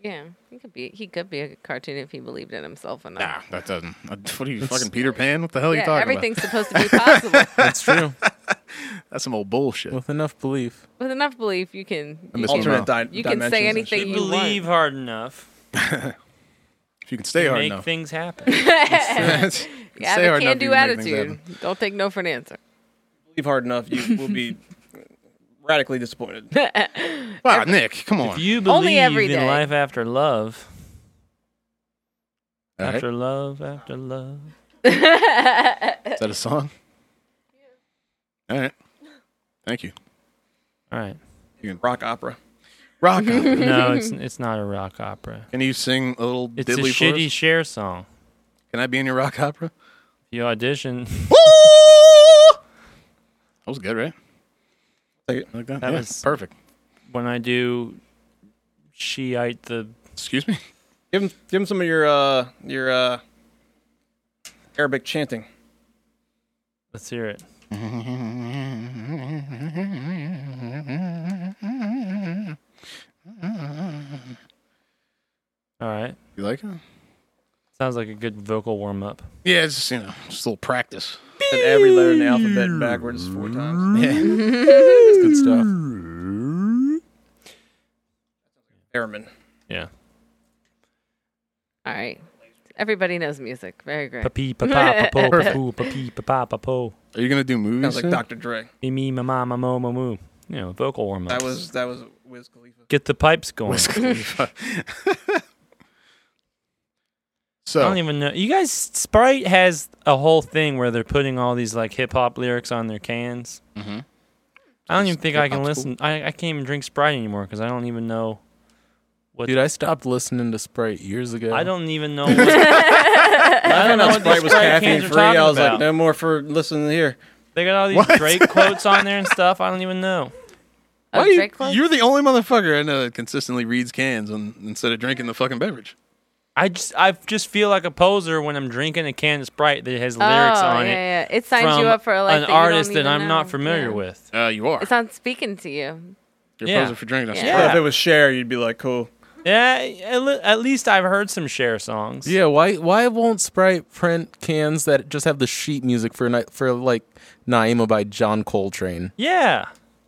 Yeah, he could be. He could be a cartoon if he believed in himself enough.
Nah, that doesn't. What are you fucking Peter Pan? What the hell are you
Yeah,
talking
everything's supposed to be possible.
That's true.
about? That's some old bullshit.
With enough belief.
With enough belief, you can.
I miss
you
my
can-
mouth.
alternate di-
You can say
dimensions and
anything
shit.
You
you want.
believe hard enough,
if you can stay hard
make
enough.
things happen.
yeah,
Yeah, have a can-do attitude. Don't take no for an answer.
believe hard enough, you will be radically disappointed.
Wow, Nick, come
If
on.
you believe
Only every
in
day.
life after love,
All right.
after love, after love.
Is that a song? All right. Thank you.
All right.
Rock opera.
Rock. on.
No, it's it's not a rock opera.
can you sing a little
It's a
diddly for
shitty
us?
share song.
Can I be in your rock opera?
You audition.
That was good, right?
Take it.
Like that.
That
yeah,
was-
perfect.
when I do Shiite the
Excuse me.
Give him, give him some of your uh, your uh, Arabic chanting.
let's hear it. All right.
You like it?
Sounds like a good vocal warm up.
Yeah, it's just you know, just a little practice.
Said every letter in the alphabet backwards four times.
Yeah.
It's good
Mm.
stuff.
Airman.
Yeah.
All right. Everybody knows music. Very great.
Papi papa papo papo papi papa papo.
Are you gonna do movies?
Sounds like
soon?
Dr. Dre.
Me E, me ma ma ma mo ma moo. You know, vocal warm up.
That was that was Wiz Khalifa.
Get the pipes going.
Wiz Khalifa.
I
so
don't even know. You guys, Sprite has a whole thing where they're putting all these like hip hop lyrics on their cans.
Mhm.
I don't
Is
even think I
hip-hop
can
cool?
listen. I, I can't even drink Sprite anymore because I don't even know.
Dude, I stopped listening to Sprite years ago.
I don't even know. What,
I
don't know what
Sprite
the
was
Sprite cans
caffeine
are
free. I
talking
was like,
about.
no more for listening here.
they got all these
What?
Drake quotes on there and stuff. I don't even know.
Oh,
Why you-
Drake quotes?
you're the only motherfucker I know that consistently reads cans and, instead of drinking the fucking beverage.
I just I just feel like a poser when I'm drinking a can of Sprite that has
Oh,
lyrics on
yeah,
it
yeah. It signs you
from
up for like
an
that you don't
artist that
even
I'm
know.
not familiar
Yeah.
with.
Uh, you are.
It's not speaking to you.
You're
Yeah.
posing for drinking.
Yeah.
Yeah.
But if it was Cher, you'd be like, cool.
Yeah, at le- at least I've heard some share songs.
Yeah, why why won't Sprite print cans that just have the sheet music for ni- for like Naima by John Coltrane?
yeah.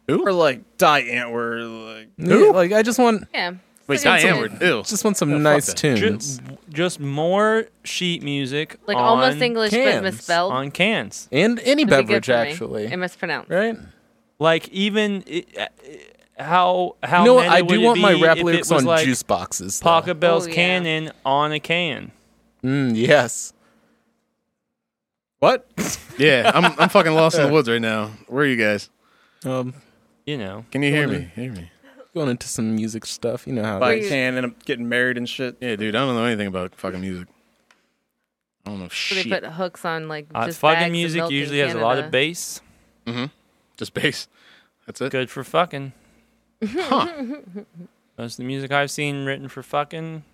Or like Die Antwer. Like,
Yeah, like I just want
Yeah.
Wait,
Stick it to
Diane,
you.
we're ew.
just want some
fuck
nice
that.
Ju-
tunes
just more sheet music,
Like
on-
almost English,
cans.
but misspelled.
on cans.
and any
Would be good
beverage
for me.
actually,
It mispronounced.
right?
Like even i- i- how how
You know what?
meta
I
would
do
it
want my
be
rap
if it
lyrics
was
on
like
juice boxes. though.
Paco Bell's
Oh, yeah.
cannon on a can.
Mm, yes.
what?
Yeah, I'm, I'm fucking lost in the woods right now. Where are you guys?
Um,
You know,
Can you hear me? Hear me?
going into some music stuff, you know how.
Buy
it
a can and I'm getting married and shit.
Yeah, dude, I don't know anything about fucking music. I don't know
So They
shit.
put hooks on like
uh,
just bags
fucking
of
music
milk in
usually has a lot
Canada.
of bass.
Just bass. That's it.
Good for fucking.
Huh.
Most of the music I've seen written for fucking.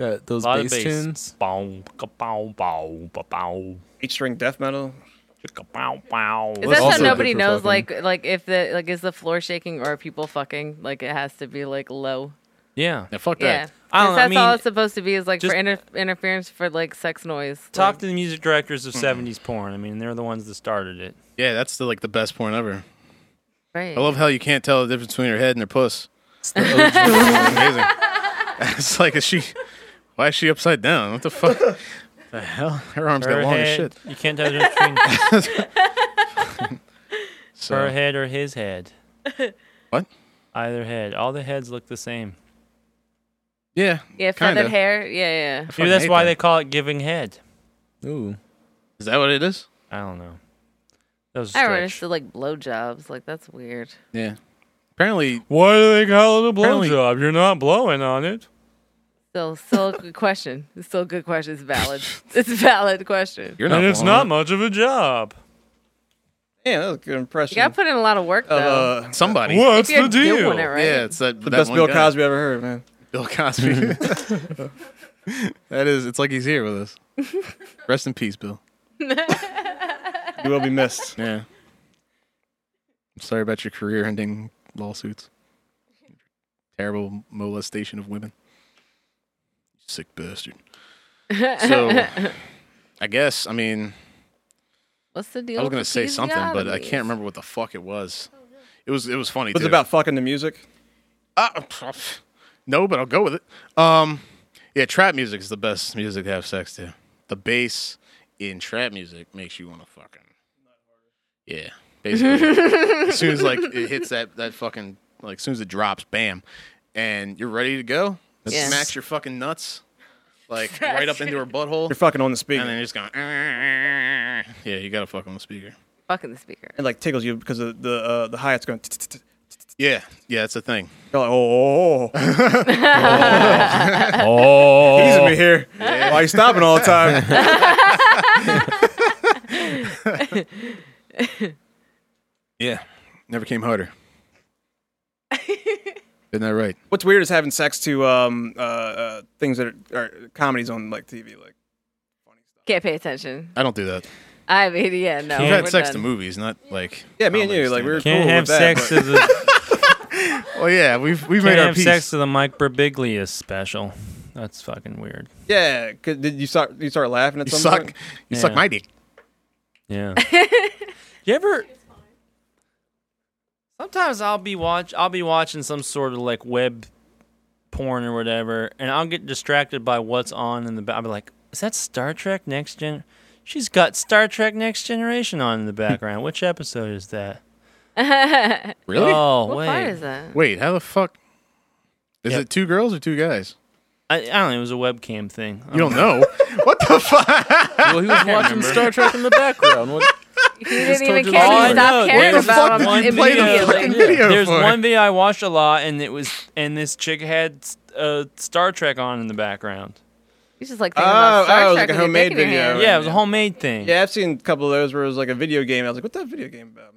uh, those
A lot
bass
of bass.
tunes.
Bow, ka-bow, bow, ba-bow,
Eight string death metal.
chicka-bow, bow.
Is that
Also
how
good
nobody
for
knows?
fucking.
Like, like if the like is the floor shaking or are people fucking? Like it has to be like low.
Yeah.
Yeah, fuck
Yeah,
that.
I
'Cause
don't know, I
that's all
mean,
it's supposed to be is like
just-
for inter- interference for like sex noise.
Talk to the music directors
Hmm.
of 70s porn. I mean, they're the ones that started it.
Yeah, that's the, like the best porn ever.
right.
I love how you can't tell the difference between her head and her puss.
It's the OG.
It's amazing. it's like, is she? Why is she upside down? What the fuck? the hell? Her arms
Her
got long as
head-
shit.
You can't tell the difference between
So,
her head or his head.
What?
Either head. All the heads look the same.
yeah,
yeah,
kinda.
feathered hair. Yeah, yeah.
I
Maybe
fucking
that's
hate
why
that.
they call it giving head.
Ooh,
Is that what it is?
I don't know. That was a
I don't
stretch.
understand like blowjobs. Like that's weird.
Yeah. Apparently,
Why do they call it a
Apparently-
blowjob? You're not blowing on it.
Still, still a good question. It's still a good question. It's valid. It's a valid question.
you're not. blowing it.
much of a job.
Yeah, that was a good
You
impression.
gotta put in a lot of work though.
of, uh,
somebody.
What's
if you're doing it right.
Yeah, it's that,
the
that
best
one
Bill
guy.
Cosby ever heard, man.
Bill Cosby. that is. It's like he's here with us. Rest in peace, Bill.
You will be missed.
Yeah. I'm sorry about your career-ending lawsuits. Terrible molestation of women. Sick bastard. So, I guess I mean,
What's the deal?
I was
with
gonna
the
say something, but I
Keys Oddities?
can't remember what the fuck it was. It was it was funny.
Was
too.
it about fucking the music?
Uh, no, but I'll go with it. Um, yeah, trap music is the best music to have sex to. The bass in trap music makes you want to fucking. Yeah, basically. as soon as like it hits that that fucking like as soon as it drops, bam, and you're ready to go.
Yeah.
Smacks your fucking nuts, like right up into her butthole,
You're fucking on the
and
speaker.
then
It
you're just going. Yeah, you gotta fuck on the speaker.
Fucking the speaker.
like tickles you because of the uh, the hi hats going. t-t-t-t.
Yeah, yeah, that's the thing.
You're like, oh, oh, oh,
Oh,
teasing me here. Why you stopping all the time?
Yeah, never came harder. Isn't that right?
What's weird is having sex to um uh, uh things that are, are comedies on like TV. Like
Can't pay attention.
I don't do that.
I mean, yeah, no.
We've
Yeah,
we're
had sex to
done.
movies, not like
yeah, me and
comedy
you like we were
stand-up.
Can't
cool with
have
that,
sex
but-
to the
Well, oh, yeah, we've we've made
can't
our
have
peace.
sex to the Mike Birbiglia special. That's fucking weird.
Yeah, 'cause did you start you start laughing at
you
some
suck,
point?
you suck
Yeah.
my dick.
Yeah. you ever? Sometimes I'll be watch I'll be watching some sort of like web porn or whatever, and I'll get distracted by what's on in the back. I'll be like, "Is that Star Trek Next Gen?" She's got Star Trek Next Generation on in the background. Which episode is that?
Really?
Oh
What
wait,
part is that?
Wait, how the fuck? Is
Yep.
it two girls or two guys?
I, I don't know. It was a webcam thing.
You don't
Oh.
know. what the fuck?
Well, he was watching Star Trek in the background. What?
He didn't
told
even
you
care. He
that. Oh, I
stopped
know.
caring
What the
about
fuck
him
did you play the fucking
immediately.
video?
There's
for it.
one video I watched a lot, and it was and this chick had uh, Star Trek on in the background.
He's just like thinking
Oh,
about
oh,
Star
it was
Trek
like a
with your dick
homemade
in your
video.
Oh,
hand.
Yeah, it was a homemade thing.
Yeah, I've seen a couple of those where it was like a video game. I was like, "What's that video game about, man?"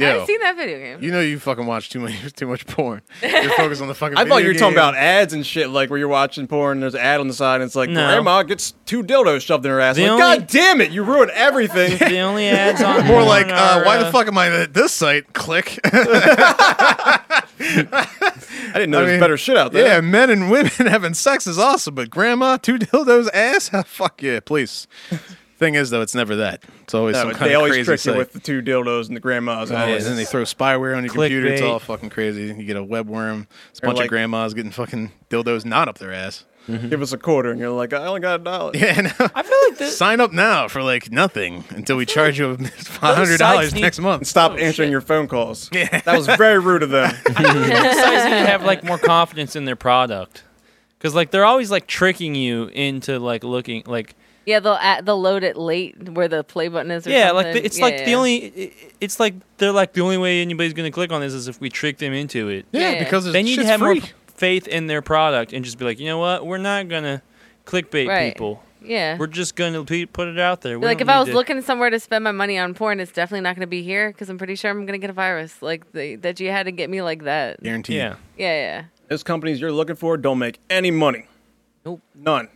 Yo,
I've seen that video game.
you know you fucking watch too much too much porn. You're focused on the fucking.
I thought you
video
were talking
game.
about ads and shit, like where you're watching porn. and There's an ad on the side, and it's like
No.
grandma gets two dildos shoved in her ass.
The
Like,
only-
God damn it, you ruined everything.
The only ads on
More
porn
like, uh,
are,
why the fuck am I at this site? Click.
I didn't know
I
there was
mean,
better shit out there.
yeah, men and women having sex is awesome, but grandma, two dildos, ass, fuck yeah, please. Thing is, though, it's never that. It's always
No,
some
but
kind
they
of
always
crazy
trick
site.
you with the two dildos and the grandma's
Yeah,
eyes.
and then they throw spyware on your computer. It's
Clickbait.
all fucking crazy. You get a web worm. It's a
Or
bunch
like-
of grandmas getting fucking dildos not up their ass.
Give us a quarter, and you're like, I only got a dollar.
Yeah, no.
I feel like this.
sign up now for like nothing until we charge you five hundred dollars
need-
next
And
month.
stop
Oh,
answering your phone calls. Yeah. That was very rude of them.
sites need to have like more confidence in their product because like they're always like tricking you into like looking like
Yeah, they'll add, they'll load it late where the play button is. Or
yeah like
something.
the, it's
Yeah,
like the
yeah.
only i- i- it's like they're like the only way anybody's gonna click on this is if we trick them into it
Yeah,
Yeah.
because
they need to
shit's
have
free.
more faith in their product and just be like you know what we're not gonna clickbait
Right.
people
Yeah.
we're just gonna pe- put it out there We
like if
don't
I
need
was
to-
looking somewhere to spend my money on porn, it's definitely not going to be here because I'm pretty sure I'm going to get a virus. Like the, that you had to get me like that. Yeah,
Guaranteed.
yeah
yeah.
Those companies you're looking for don't make any money.
Nope.
None.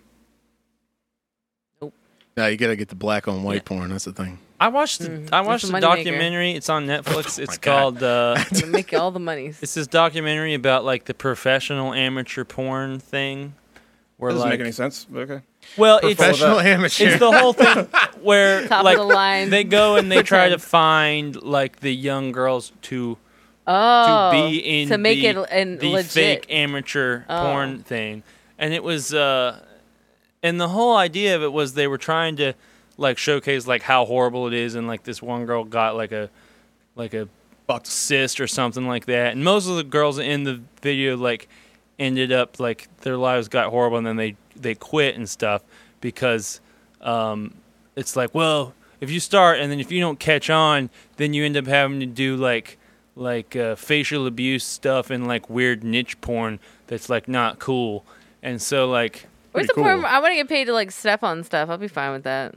Nah, you gotta get the black on white porn. That's the thing.
I watched the, I watched
a
the
moneymaker.
documentary it's on
Oh
Netflix it's called uh
I'm gonna make you all the monies.
It's this documentary about like the professional amateur porn thing, where
Doesn't
like
make any sense. But okay.
well, it's
Professional amateur.
it's the whole thing where
Top
like
of the line.
they go and they try to
Pretend.
find like the young girls to
oh,
to be in
to make
the,
it l- and
the
legit. Oh.
fake amateur porn thing, and it was uh, and the whole idea of it was they were trying to like showcase like how horrible it is, and like this one girl got like a like a
Fucked.
cyst or something like that. And most of the girls in the video like ended up like their lives got horrible and then they they quit and stuff because um it's like, well, if you start and then if you don't catch on, then you end up having to do like like uh, facial abuse stuff and like weird niche porn that's like not cool. And so like
Where's the
Pretty
porn?
cool.
I want to get paid to like step on stuff. I'll be fine with that.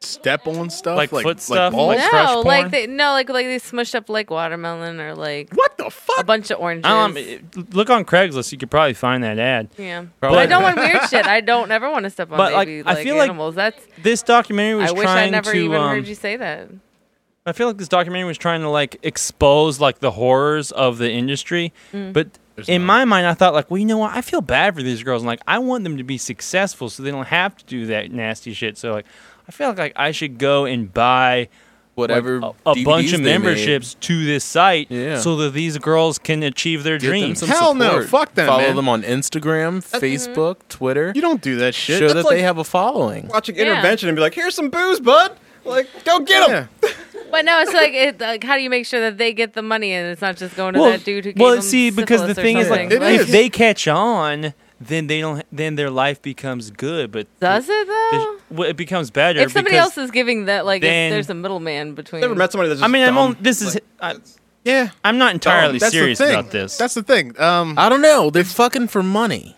Step on stuff
Like
like
foot stuff,
balls?
like- fresh
no,
porn?
like they, no, like like they smushed up like watermelon or like
what the
a
fuck?
bunch of oranges.
um, it- look on Craigslist, you could probably find that ad.
yeah.
But-
But I don't want weird shit. I don't ever want to step on
But, like,
baby
I
like,
feel like
animals. That's
This documentary was
I wish
trying
I never
to
even
um,
heard you say that.
I feel like this documentary was trying to like expose like the horrors of the industry,
Mm.
but
There's
in
not.
my mind, I thought like, well, you know what? I feel bad for these girls, and like I want them to be successful, so they don't have to do that nasty shit. So like, I feel like, like I should go and buy like,
Whatever.
a, a
DVDs
bunch
they
of
made.
memberships to this site
Yeah.
so that these girls can achieve their
Get them
dreams.
some
Hell no,
support.
fuck them,
Follow
man. Uh, mm-hmm.
them on Instagram, Facebook, Twitter.
You don't do that shit.
Show
That's
that
like-
they have a following.
Watching
Yeah.
intervention and be like, "Here's some booze, bud. Like, go get them."
yeah.
But no, it's like, it, like how do you make sure that they get the money and it's not just going to that dude who gave
well,
them
see, because the
syphilis or
thing is, like,
something.
It
if
is.
they catch on, then they don't. Then their life becomes good, but
does it though?
the- well, it becomes better.
If somebody
because,
else is giving that, like, if
then-
there's a middleman between.
Never met somebody that's.
I
Just
mean, I'm
dumb.
only, this is.
Like,
I,
yeah.
I'm not entirely
That's the
serious
thing.
about this.
That's the thing. Um,
I don't know. They're fucking for money.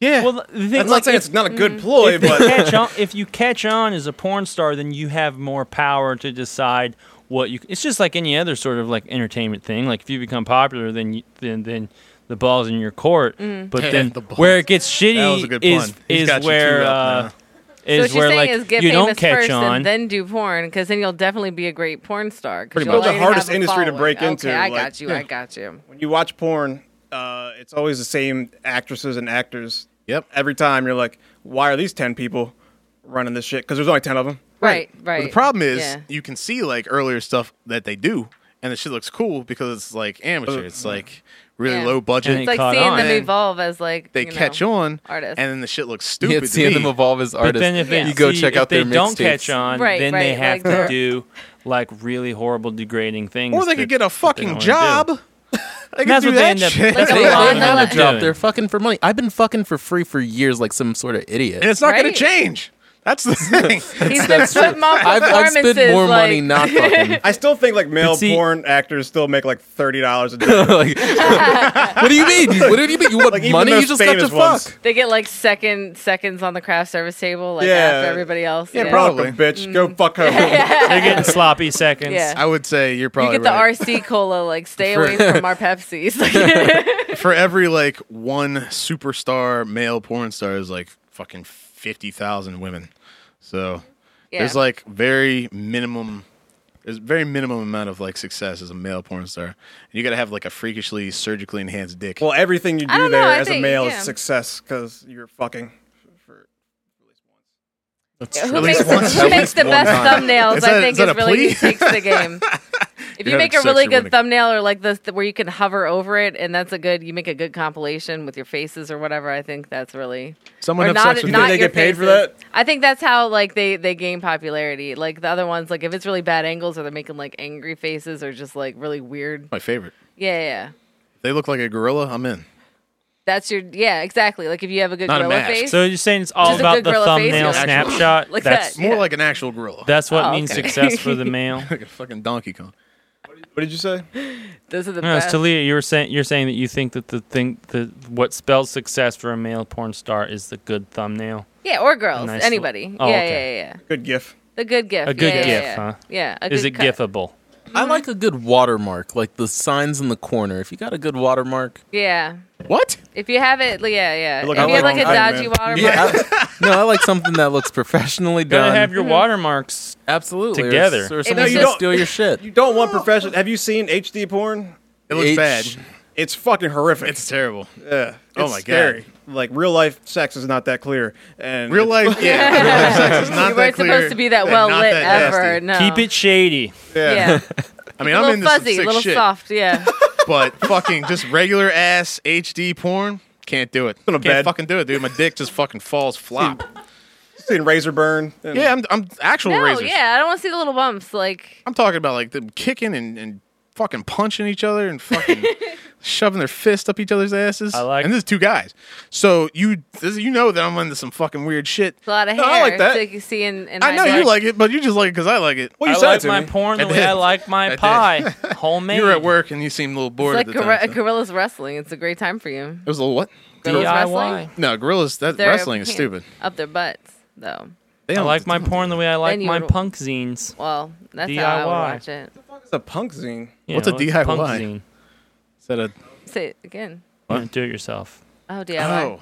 yeah.
well, the thing,
I'm
like,
not saying
if,
it's not a good ploy,
if they
but
catch on, if you catch on as a porn star, then you have more power to decide what you. It's just like any other sort of like entertainment thing. Like if you become popular, then you, then then the ball's in your court.
Mm.
But
Yeah,
then
the ball's-
where it gets
That was a
shitty
good
is
pun. He's got
is
you teed
where
up
uh,
now.
So
is
what
where
you're saying
like
is get
you
famous
don't catch
first
on.
and then do porn because then you'll definitely be a great porn star. Pretty
much. Well, the hardest industry to break into,
Okay, I
like-
got you. I got you.
when you watch porn, uh, it's always the same actresses and actors.
Yep.
Every time you're like, why are these ten people running this shit? Because there's only ten of them.
Right, right.
But the problem is
Yeah.
you can see like earlier stuff that they do, and the shit looks cool because it's like amateur.
Uh,
It's like really
Yeah.
low budget.
it
it's like
caught
seeing
on.
them
And
evolve as like
they
you know,
catch on,
artists.
and then the shit looks
You
stupid.
had
to
seeing them
me.
evolve as
But
artists.
then if
Yeah.
it,
you go
see,
check
if
out
they
their
don't catch
mixtapes.
on,
Right,
then they
right,
have
like
to
they're-
do like really horrible, degrading things.
or they could
that-
get
that
a
they
fucking
don't wanna do.
job. They could
That's
do
what they
that
end up-
shit.
like
They,
a
they
lot of
have
them
a job.
do.
They're fucking for money. I've been fucking for free for years, like some sort of idiot.
and it's not going
Right.
to change. That's the thing.
He's been putting on
I've, I've spent
performances,
more
like,
money not fucking.
I still think like male
But see-
porn actors still make like thirty dollars a day.
like, what do you mean? You- What do you mean? You want
Like, even
money?
those
You just got to
famous ones.
fuck.
They get like second seconds on the craft service table, like
Yeah.
after everybody else.
Yeah, probably. bitch,
Mm.
go fuck her.
They're getting sloppy seconds.
Yeah.
I would say you're
You
probably
get the
right.
RC cola, like stay away from our Pepsis. Like,
for every like one superstar male porn star is like fucking fifty thousand women. So
Yeah.
there's like very minimum. There's very minimum amount of like success as a male porn star. And you got to have like a freakishly surgically enhanced dick.
Well, everything you
I
do
don't know,
there
I
as a
think-
male
yeah.
is success because you're fucking. For,
who
least
makes,
once-
who
at
makes
least
the
one
best
time.
thumbnails?
Is that-
I
is
think
that
is,
a
really
plea?
who takes the game. If you
You're
make a
having
really
sex, you're
good
winning.
thumbnail or like this, where you can hover over it, and that's a good. You make a good compilation with your faces or whatever. I think that's really. or
Someone have
not,
sex with
not
they
your
get paid for that?
faces. I think that's how like they they gain popularity. Like the other ones, like if it's really bad angles or they're making like angry faces or just like really weird.
my favorite.
Yeah, yeah, yeah.
They look like a gorilla. I'm in.
That's your yeah, exactly. Like if you have a good
Not a
gorilla
mask.
face.
So you're saying it's all
Just a
about
good
the
gorilla face,
thumbnail
yeah.
snapshot?
Like
that's
that.
More
Yeah.
like an actual gorilla.
that's what
Oh,
means
okay.
success for the male.
like a fucking Donkey Kong.
what did you say?
Those are the
No, it's
best.
Talia, you were saying you're saying that you think that the thing the what spells success for a male porn star is the good thumbnail.
yeah, or girls,
nice little-
anybody.
Oh,
yeah,
okay.
yeah, yeah, yeah.
Good gif.
The good gift.
A good
yeah, yeah,
gif,
yeah.
huh?
Yeah, a
is
good
it
cut.
gifable?
I like a good watermark, like the signs in the corner. If you got a good watermark,
Yeah.
What?
If you have it, yeah, yeah.
Look,
if
I
you have
like
like a
Iron Man.
dodgy watermark,
Yeah, I- no, I like something that looks professionally
You gotta
done.
have your
Mm-hmm.
watermarks.
Absolutely, or
together.
s- Or,
It
someone
was
can
just-
steal your shit.
You don't
Oh.
want professional. Have you seen HD porn?
It looks
H-
bad.
It's fucking horrific.
It's terrible.
Yeah.
Oh
It's
my God.
scary. Like real life sex is not that clear. And
Real
it's-
life, yeah. Real life sex is not
you
that
weren't
clear.
supposed to be that
and
well
not
lit
that
ever.
nasty.
No.
Keep it shady.
Yeah.
I mean,
a
I'm
little
in this
fuzzy, a little
shit,
soft. Yeah.
but fucking just regular ass HD porn can't do it. Can't
bed.
fucking do it, dude. My dick just fucking falls flop.
seen razor burn. and-
yeah, I'm, I'm actual
no.
razors.
Yeah. I don't want to see the little bumps. Like.
I'm talking about like them kicking and, and fucking punching each other and fucking shoving their fist up each other's asses.
I like-
and this is two guys. So you this, you know that I'm into some fucking weird shit.
It's a lot of
No,
hair.
I like that.
So you can see in, in
I know
high
you
def.
like it, but you just like it because I like it.
Well, you
I
said
like
it to
my
me.
porn the
I
way
did.
I like my
did.
pie, homemade.
You were at work and you seemed a little bored
It's like
at the
gorilla,
time. so-
gorillas wrestling. It's a great time for you.
It was a little what?
Gorillas
DIY.
wrestling.
No, gorillas. That
They're-
wrestling is stupid.
Up their butts, though.
They
I
don't-
like my porn the way I like
you
my
would-
punk zines.
Well, that's how I would
DIY.
watch it.
It's a punk zine.
You
What's a
it's punk
DIY?
zine.
Is that a
Say it again.
You Do it yourself.
Oh, DIY.
oh?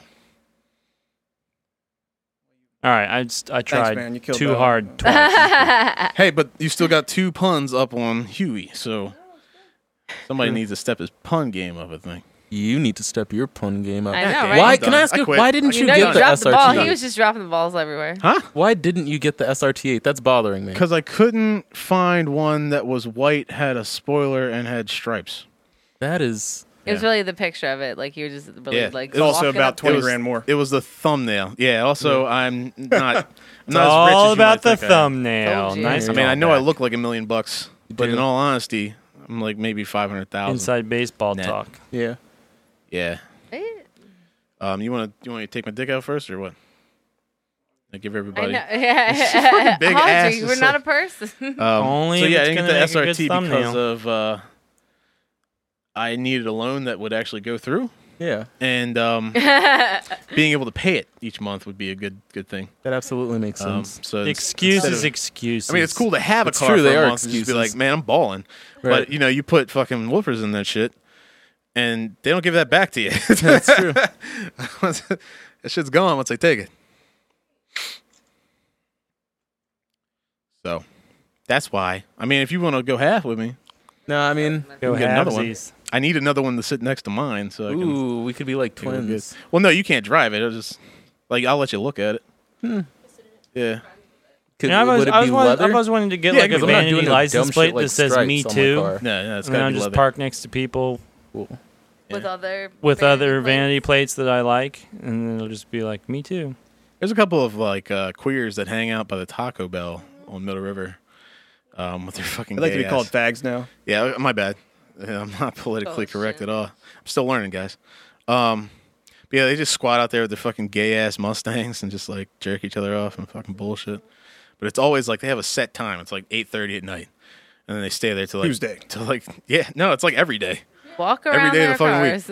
All right, I just, I tried
man, you killed
too
that one.
hard twice.
Hey, but you still got two
Oh,
puns up on Huey, so somebody needs to step his pun game up. I think.
You need to step your pun game up.
I know, right?
Why?
I'm
Can I
done.
ask
I
you?
quit.
Why didn't
I
you
no,
get
you
the
dropped the ball. He
SRT?
was just dropping the balls everywhere.
Huh?
why didn't you get the SRT8? That's bothering me.
Because I couldn't find one that was white, had a spoiler, and had stripes.
That is.
It was really the picture of it. Like you were just really
Yeah.
like
It's also
walking
about
up to
20
it.
was-
grand more.
It was the thumbnail. Yeah. Also, I'm not. I'm
It's
not as rich as
all
you
about
might
the
think I am.
thumbnail.
Told you.
Nice.
I mean, I know I
callback.
look like a million bucks, but
do.
in all honesty, I'm like maybe five hundred thousand.
inside baseball
Net.
talk.
Yeah.
Yeah.
Eh,
Um. You want to? You want me to take my dick out first or what? I give
I
everybody.
know. Yeah.
big
Apology,
ass
you
is
were not
like-
a person.
Um,
Only
so
if
yeah, I
it's
didn't
gonna
get
make a
the
good
SRT because
thumbnail.
of uh, I needed a loan that would actually go through,
Yeah.
and um, being able to pay it each month would be a good good thing.
That absolutely makes
Um,
sense.
so it's- instead
Excuses,
of-
excuses.
I mean, it's cool to have a
It's
car
true,
for
they
a
are
month and just be
excuses.
like, man, I'm balling.
Right.
But you know, you put fucking woofers in that shit, and they don't give that back to you.
That's true.
that shit's gone once I take it. So that's why. I mean, if you want to go half with me,
No, I mean.
Go
We can get another one.
halvesies.
I need another one to sit next to mine. So I can,
Ooh, we could be like
we're good.
twins.
well, no, you can't drive it. I'll just like I'll let you look at it. Hmm. Yeah,
Could,
Yeah, I've always,
would it
I was
be
wanting-
leather?
I've always wanting to get
Yeah,
like a
because I'm not
vanity
no dumb
license
shit
plate
like
that says
stripes
"Me
on my
Too,"
car.
no, no, it's
and then
gotta
I
be
just
leather.
park next to people
With other
with other
plates.
vanity plates that I like, and then it'll just be like "Me Too."
There's a couple of like uh, queers that hang out by the Taco Bell on Middle River. Um, with their fucking.
I'd like to
gay
be called
ass.
fags now.
Yeah, my bad. Yeah, I'm not politically
Oh,
correct
shit.
at all. I'm still learning, guys. Um, but yeah, they just squat out there with their fucking gay ass Mustangs and just like jerk each other off and fucking bullshit. But it's always like they have a set time. It's like eight thirty at night, and then they stay there till like
Tuesday.
Till like yeah, no, it's like every day.
Walk
Every
around
day
their
of the fucking week.
cars.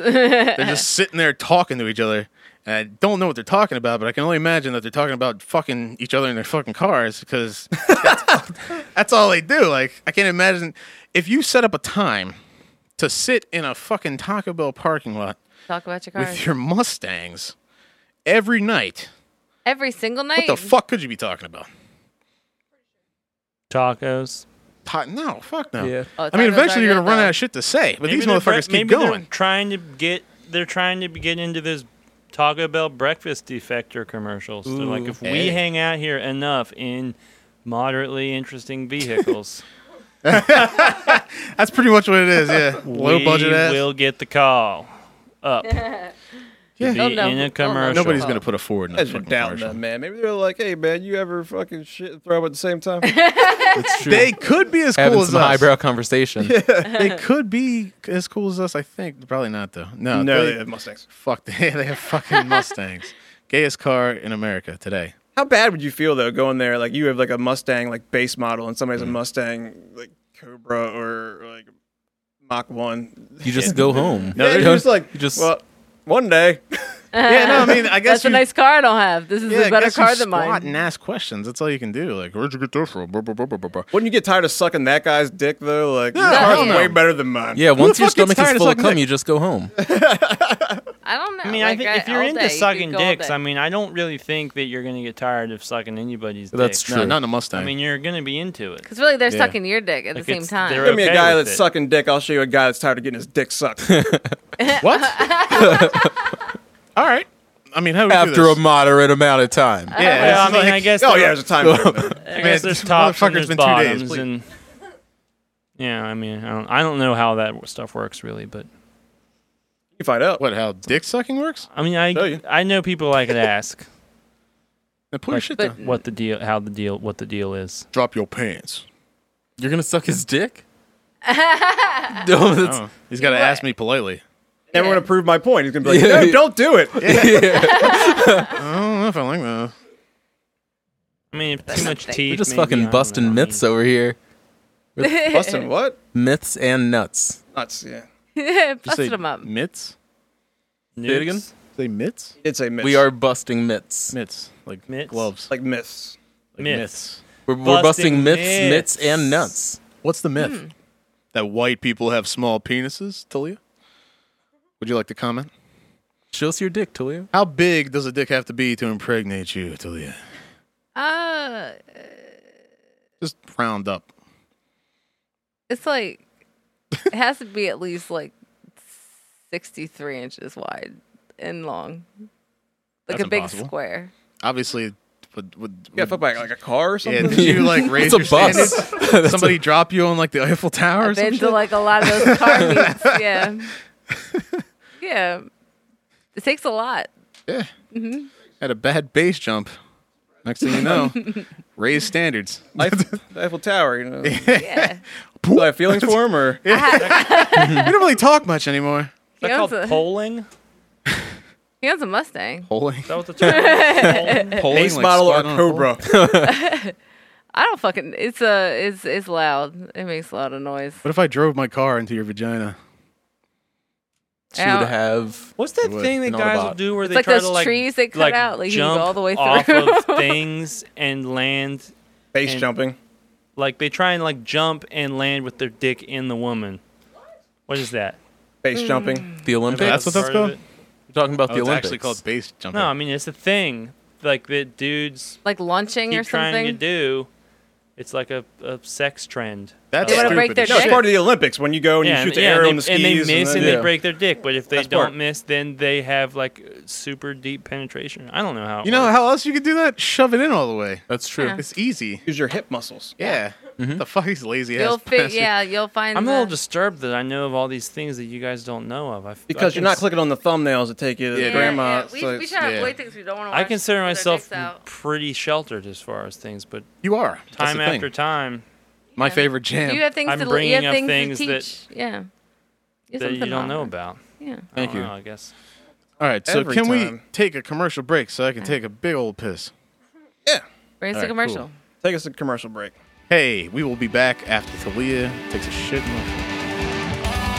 Week.
They're just sitting there talking to each other. And I don't know what they're talking about, but I can only imagine that they're talking about fucking each other in their fucking cars because that's, that's all they do. Like, I can't imagine if you set up a time to sit in a fucking Taco Bell parking lot
Talk about your
with
cars
your Mustangs every night.
every single night.
What the fuck could you be talking about?
Tacos.
Ta- no, fuck no.
Yeah.
Oh,
I
tacos are
mean, eventually you're gonna
good,
run
though.
out of shit to say, but these
they're bre-
motherfuckers keep
maybe they're
going.
Trying to get, they're trying to get into this Taco Bell breakfast defector commercials. They're like,
Ooh.
if
Hey.
Eh.
we hang out here enough in moderately interesting vehicles,
That's pretty much what it is. Yeah, low
we
budget ass.
will get the call up.
Yeah.
To
They'll
be
know.
in
They'll
a
know.
commercial.
Nobody's
Sure.
gonna put a Ford in that
Guys are
fucking
doubting
commercial.
them, man. Maybe they're like, "Hey, man, you ever fucking shit and throw up at the same time?"
It's true.
They could be as
Having
cool as
some
us.
highbrow conversation.
they could be as cool as us. I think probably not though. No,
no,
they,
they have Mustangs.
fuck. They, they have fucking Mustangs. Gayest car in America today.
How bad would you feel though going there? Like you have like a Mustang like base model, and somebody has a Mustang like Cobra or like Mach One.
You just go home.
No, they're
You don't-
just like,
you just
well, one day.
Yeah, no, I mean, I
Uh,
guess
That's a nice car I don't have. This is
yeah,
a better
guess you
car than
squat
mine.
And ask questions. That's all you can do. Like, where'd you get this from? Blah, blah, blah, blah, blah, blah.
Wouldn't you get tired of sucking that guy's dick though? Like, your
No.
car's
No.
way better than mine.
yeah, once
the
your
fuck gets
stomach is
tired of
full of
sucking
cum,
dick?
you just go home.
I don't know.
I mean, I
like,
think if you're
all
into
day, you could
sucking
go all
dicks,
day.
I mean, I don't really think that you're going to get tired of sucking anybody's
That's
dick.
true.
No, not in a Mustang.
I mean, you're going to be into it.
Because really, they're
Yeah.
sucking your dick at
Like,
the same
it's-
time.
they're-
Give me a
okay
guy
with
that's
it.
sucking dick. I'll show you a guy that's tired of getting his dick sucked. Oh,
what? all right. I mean, how do we do
After a
this?
moderate amount of time.
Uh,
yeah, this
I
is
mean,
like-
I guess
oh
there-
yeah, there's a time. for it.
I guess there's
this
tops
motherfucker's
and there's
been two days,
bottoms
please.
and yeah, I mean, I don't, I don't know how that stuff works really, but
You find out.
What? How dick sucking works?
I mean, I
Tell you.
I know people I could ask
Now put your shit
but-
down.
what the deal, how the deal, what the deal is.
Drop your pants.
You're gonna suck his dick? no, that's,
Oh, he's got to ask me politely.
Never
Yeah.
want to prove my point. He's gonna be like,
Yeah.
no, don't do it.
I don't know if I like that.
I mean, if too much
something.
teeth.
We're just
maybe, I
fucking
don't know.
busting myths over here.
Busting what?
Myths and nuts.
Nuts. Yeah.
Busted them up.
Mitts.
Say it again?
Nukes?
Say mitts.
It's a myth.
We are busting myths.
Mitts. Like
Mitts?
gloves.
like myths.
Like
Myths.
We're, we're
Busting
busting, myths, myths,
myths.
and nuts.
What's the myth?
Hmm.
That white people have small penises, Talia? Would you like to comment?
Show us your dick, Tulio.
How big does a dick have to be to impregnate you, Talia?
Uh,
Just round up.
it's like it has to be at least like 63 inches wide and long. Like
That's
a big
impossible.
square.
Obviously, would would,
You got foot by like a car or
yeah,
something.
did you like raise
a
your
bus.
standards? Somebody drop you on like the Eiffel Tower or
I've been
something?
to like a lot of those car meets. Yeah. Yeah. It takes a lot.
yeah.
Mm-hmm.
Had a bad base jump. Next thing you know, raise standards.
Eiffel, Eiffel Tower. You know, do
Yeah.
I have feelings for him or
I had,
we don't really talk much anymore.
he,
That's
owns
called
a,
polling.
he owns a Mustang.
Polling,
Is that what the term? polling?
polling
ace
like
model or
squat on a pole.
Cobra?
I don't fucking. It's a. It's it's loud. It makes a lot of noise.
What if I drove my car into your vagina?
She
Ow.
would have.
What's that
It would.
thing that
An
guys will
Autobot.
do where they
like
try to
those
like
trees they cut
like,
out, like, you can go
jump
all the way
off
through.
of things and land?
Base
And-
jumping.
Like they try and like jump and land with their dick in the woman. What is that?
Base jumping.
The Olympics.
That's what that's
Part of
called?
it?
We're talking about
Oh,
the
it's
Olympics.
actually called base jumping.
No, I mean it's a thing. Like that dudes
Like launching
keep
or
trying to
something.
do. It's like a, a sex trend.
that's
They wanna
stupid.
break their
No, it's
Shit.
part of the Olympics when you go and you shoot the
and
arrow
they,
on the skis
and they miss and,
then-
they
Yeah.
break their dick. But if they
That's
don't
part.
miss, then they have like super deep penetration. I don't know how. It
You know
works.
how else you could do that? Shove it in all the way.
That's true.
Yeah.
It's easy.
use your hip muscles.
Yeah. The fuck these lazy
You'll
ass.
fit.
bastards.
Yeah, you'll find.
I'm a little
the-
disturbed that I know of all these things that you guys don't know of. I f- I
Because you're not
cons-
clicking on the thumbnails that take you to
Yeah,
the
Yeah,
grandma.
yeah. We,
so
we
it's-
try to
yeah.
avoid things we don't want to.
I consider myself pretty sheltered as far as things, but
You are. That's
time
the thing.
after time
My favorite jam.
You have things
I'm
to.
bringing
You have
up
things,
things
to
that-
teach. yeah. You're
that you
something
don't know
on.
about.
Yeah.
I don't
Thank you.
know, I guess.
all right, so
Every
can we
time.
take a commercial break so I can take a big old piss?
We're
All
gonna
right,
see commercial.
cool.
Take us a commercial break.
Hey, we will be back after Talia takes a shit. And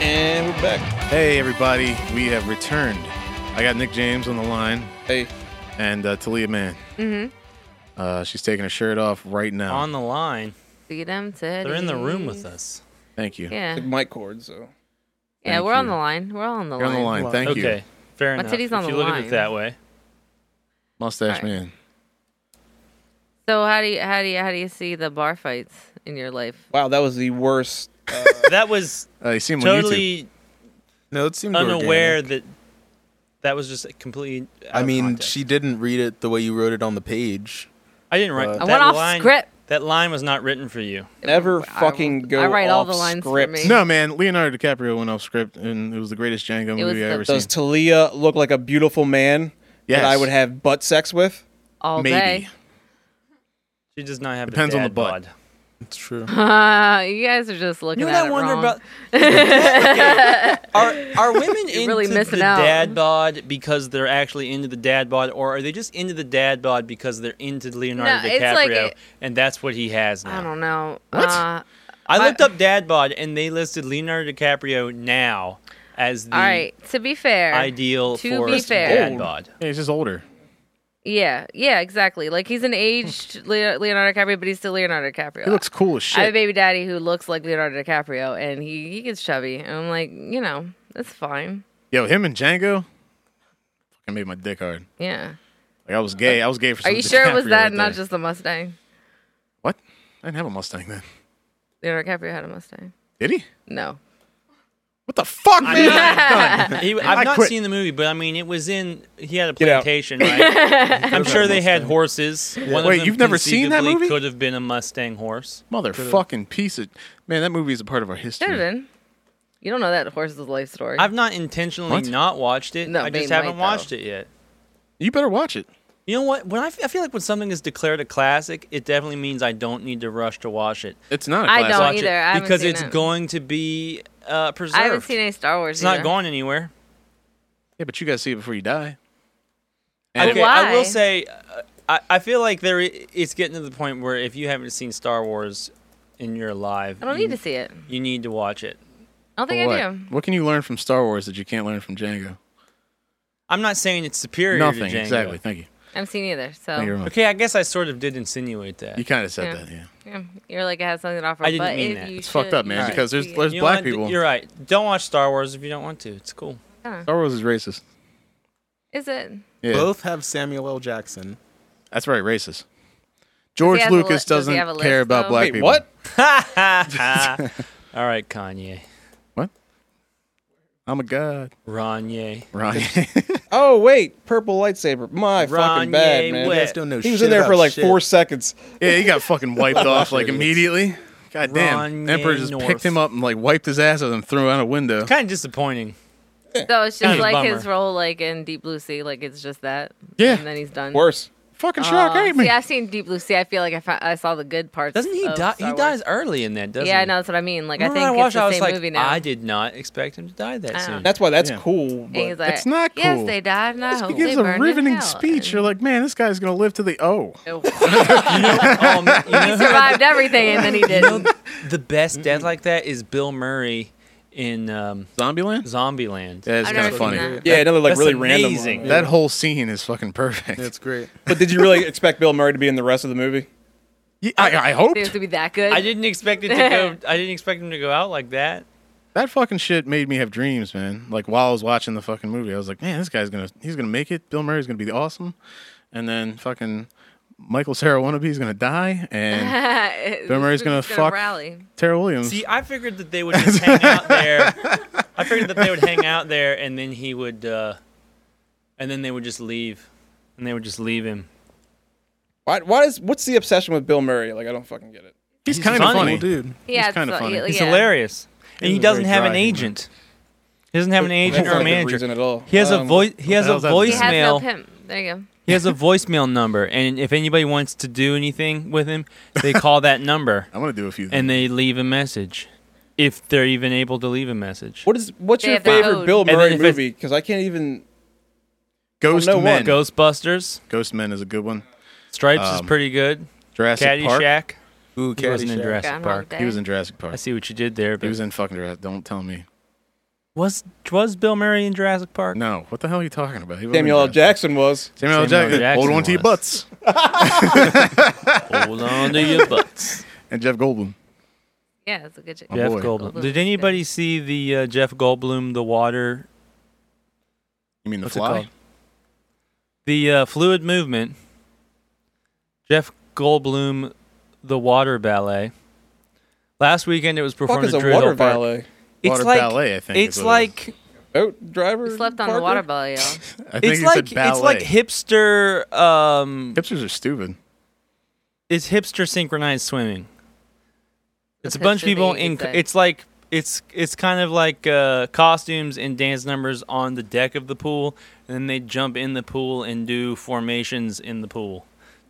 And we're back.
hey, everybody, we have returned. I got Nick James on the line
Hey,
and uh, Talia Mann. Mm-hmm. Uh, she's taking her shirt off right now.
On the line,
Feed them to.
they're in the room with us.
Thank you.
Yeah.
big mic cord. So
Yeah.
Thank
We're on
you.
the line. We're all on the
You're on
line.
the line. Thank
okay,
you,
fair
My
enough.
titty's on
if
the
you look at
line.
it that way,
Mustache
All right.
Man.
So how do you how do you how do you see the bar fights in your life?
wow, that was the worst.
that was
Uh, you see him on YouTube.
totally
No, it seemed
unaware that that was just completely. out
I
of
mean,
context.
she didn't read it the way you wrote it on the page.
I didn't write.
I
that
I went off
line,
script.
That line was not written for you.
Never
I-
fucking go.
I write all
off
the lines for
script.
me.
No, man, Leonardo DiCaprio went off script, and it was the greatest Django
was
movie I
the-
ever
Does
seen.
Talia look like a beautiful man
Yes.
that I would have butt sex with?
all
Maybe.
day.
She does not have.
Depends
a
on
dad
the butt.
bod.
It's true.
Uh, you guys are just looking
You know
at
what
it
I wonder
wrong.
about? Okay, Are are women into
really missing
the
out.
dad bod because they're actually into the dad bod, or are they just into the dad bod because they're into Leonardo
No, it's
DiCaprio
like it-
and that's what he has now?
I don't know.
What?
Uh,
I
I-
looked up dad bod and they listed Leonardo DiCaprio now as the
all right. To be fair,
ideal
To
for
be fair.
dad
Old.
bod.
Yeah, he's just older.
Yeah, yeah, exactly. Like he's an aged Le- Leonardo DiCaprio, but he's still Leonardo DiCaprio.
He looks cool as
I have a
shit.
baby daddy who looks like Leonardo DiCaprio, and he he gets chubby, and I'm like, you know, that's fine.
Yo, him and Django fucking made my dick hard.
Yeah.
Like I was gay. I was gay for.
Are
some
you sure it was
DiCaprio
that,
right
and not
there.
just the Mustang?
what? I didn't have a Mustang then.
Leonardo DiCaprio had a Mustang.
Did he?
No.
What the fuck,
I
man?
He,
I
I've not
quit.
seen the movie, but I mean, it was in. He had a
Get out.
plantation, right? I'm sure they had horses. One of
Wait,
them
you've never seen that
conceivably
movie?
Could have been a Mustang horse.
Motherfucking piece of man. That movie is a part of our
Should have
history.
been. You don't know that horse's life story.
I've not intentionally
What?
not watched it.
No,
I
they
just haven't
might,
watched
though.
it yet.
You better watch it.
You know what? When I, f- I feel like when something is declared a classic, it definitely means I don't need to rush to watch it.
It's not. A
I
classic.
don't
Watch
either.
it
I haven't
because
seen
it's
it.
going to be uh, preserved.
I haven't seen any Star Wars.
It's not
either.
going anywhere.
Yeah, but you gotta see it before you die.
But
Okay, I
why?
will say, uh, I, I feel like there i- it's getting to the point where if you haven't seen Star Wars in your life,
I don't
you,
need to see it.
you need to watch it.
I don't
But
think
what?
I do.
What can you learn from Star Wars that you can't learn from Django?
I'm not saying it's superior
Nothing.
to Django.
Exactly. Thank you.
I haven't seen either. So
Thank you very much.
Okay, I guess I sort of did insinuate that.
You kind of said
Oh. Yeah.
that, yeah.
Yeah, you're like it has something to offer.
I didn't
but
mean
it-
that.
you
It's fucked
should-
up,
you
man,
should
because there's-
see it.
there's-
You know
black
what? Th-
people.
You're right. Don't watch Star Wars if you don't want to. It's cool.
Star Wars is racist.
Is it?
Yeah,
Both have Samuel L. Jackson.
that's right, racist. George
have a
Lucas
li- does he
doesn't
have a
care
list,
about
though?
black
Wait,
people.
what?
All right, Kanye.
I'm a god,
Ranye.
Ronnie.
Oh wait, purple lightsaber. My
Ronnie
fucking bad man.
You
West.
guys don't know
He was
shit
in there for
about
like
shit.
four seconds.
yeah, he got fucking wiped off like immediately. God damn,
Ronnie
Emperor just
North.
picked him up and like wiped his ass out and threw him out a window.
Kind of disappointing.
So it's
Kind
just
of a
like
bummer.
his role, like in Deep Blue Sea, like it's just that.
Yeah.
and then he's done.
Worse.
Fucking shark
Aw,
ate me.
See, I've seen Deep Blue Sea. I feel like I, fi- I saw the good parts.
Doesn't he
of Star
die? He
Wars.
dies early in that, doesn't
Yeah,
he?
I know. That's what I mean. Like I
Remember
think
when I
it's
watched, I
the
was
same
like,
movie now.
I did not expect him to die that
I
soon.
That's why that's
Yeah.
cool.
And he's
But
like,
It's not
Yes,
cool.
they died, and I hope
He gives
they
a
burned in
riveting
hell."
speech. You're like, man, this guy's gonna live to the oh.
And-
Oh, man,
he
you know who had
survived everything, and then he didn't.
the best death like that is Bill Murray in um,
Zombieland.
Zombieland.
Yeah, it's
I've
kind
never
of
seen
funny.
that.
yeah, another like
That's
really random. one.
amazing.
That whole scene is fucking perfect.
That's great.
But did you really expect Bill Murray to be in the rest of the movie?
Yeah, I, I
Seems
hoped
to be that good.
I didn't expect it to go. I didn't expect him to go out like that.
that fucking shit made me have dreams, man. Like while I was watching the fucking movie, I was like, man, this guy's gonna he's gonna make it. Bill Murray's gonna be awesome, and then fucking Michael Sarah wannabe's gonna die, and
Bill
Murray's gonna fuck-
rally.
Tara Williams.
See, I figured that they would just hang out there. I figured that they would hang out there, and then he would, uh, and then they would just leave, and they would just leave him.
Why? Why is? What's the obsession with Bill Murray? Like I don't fucking get it.
he's,
he's
kind of
funny.
funny,
Cool dude.
Yeah, it's
kinda
like-
funny.
It's
yeah.
hilarious, and he
He's a very
doesn't have an
dry humor.
agent. He doesn't have an agent
That's
or a
like
manager.
reason at all.
He has a
Um,
voice. He has a
hell's that about?
He has no
voicemail.
pimp. There you go.
He has a voicemail number, and if anybody wants to do anything with him, they call that number
I'm gonna do a few.
and they leave a message, if they're even able to leave a message.
What is? What's
They
your
have their
favorite
own.
Bill
then
Murray
if it's-
movie? Because I can't even.
Ghost
I don't know
Men.
what.
Ghost.
Ghostbusters,
Men is a good one.
Stripes is
Um,
pretty good.
Jurassic Park.
Caddyshack.
Ooh,
He wasn't in
Caddyshack.
Jurassic Park.
Groundhog Day.
He was in Jurassic
I
Park.
see what you did there,
He
but
was in fucking Jurassic. Don't tell me.
was was Bill Murray in Jurassic Park?
No, what the hell are you talking about? He wasn't in
Samuel L.
Jurassic-
Jackson was.
Samuel L.
Samuel L.
Jackson.
Jackson
Hold on to your
was.
butts.
Hold on to your butts.
And Jeff Goldblum.
Yeah, that's a good joke.
My
Oh, Jeff
boy.
Goldblum.
Goldblum.
Did anybody see the uh, Jeff Goldblum the water
You mean the
What's it
fly?
called? the uh, fluid movement? Jeff Goldblum the water ballet. Last weekend it was
Fuck
performed
is a
at Drizzle
water
Park.
ballet?
It's
Water
like
ballet, I think is
it's
what it
like
Boat driver.
He slept on the
Parker?
water belly, y'all.
I think
it's
he
like
said ballet.
it's like hipster um
hipsters are stupid.
it's hipster synchronized swimming. It's
That's
a bunch of
hipster
people
thing you
in.
could say.
It's like it's it's kind of like uh, costumes and dance numbers on the deck of the pool, and then they jump in the pool and do formations in the pool.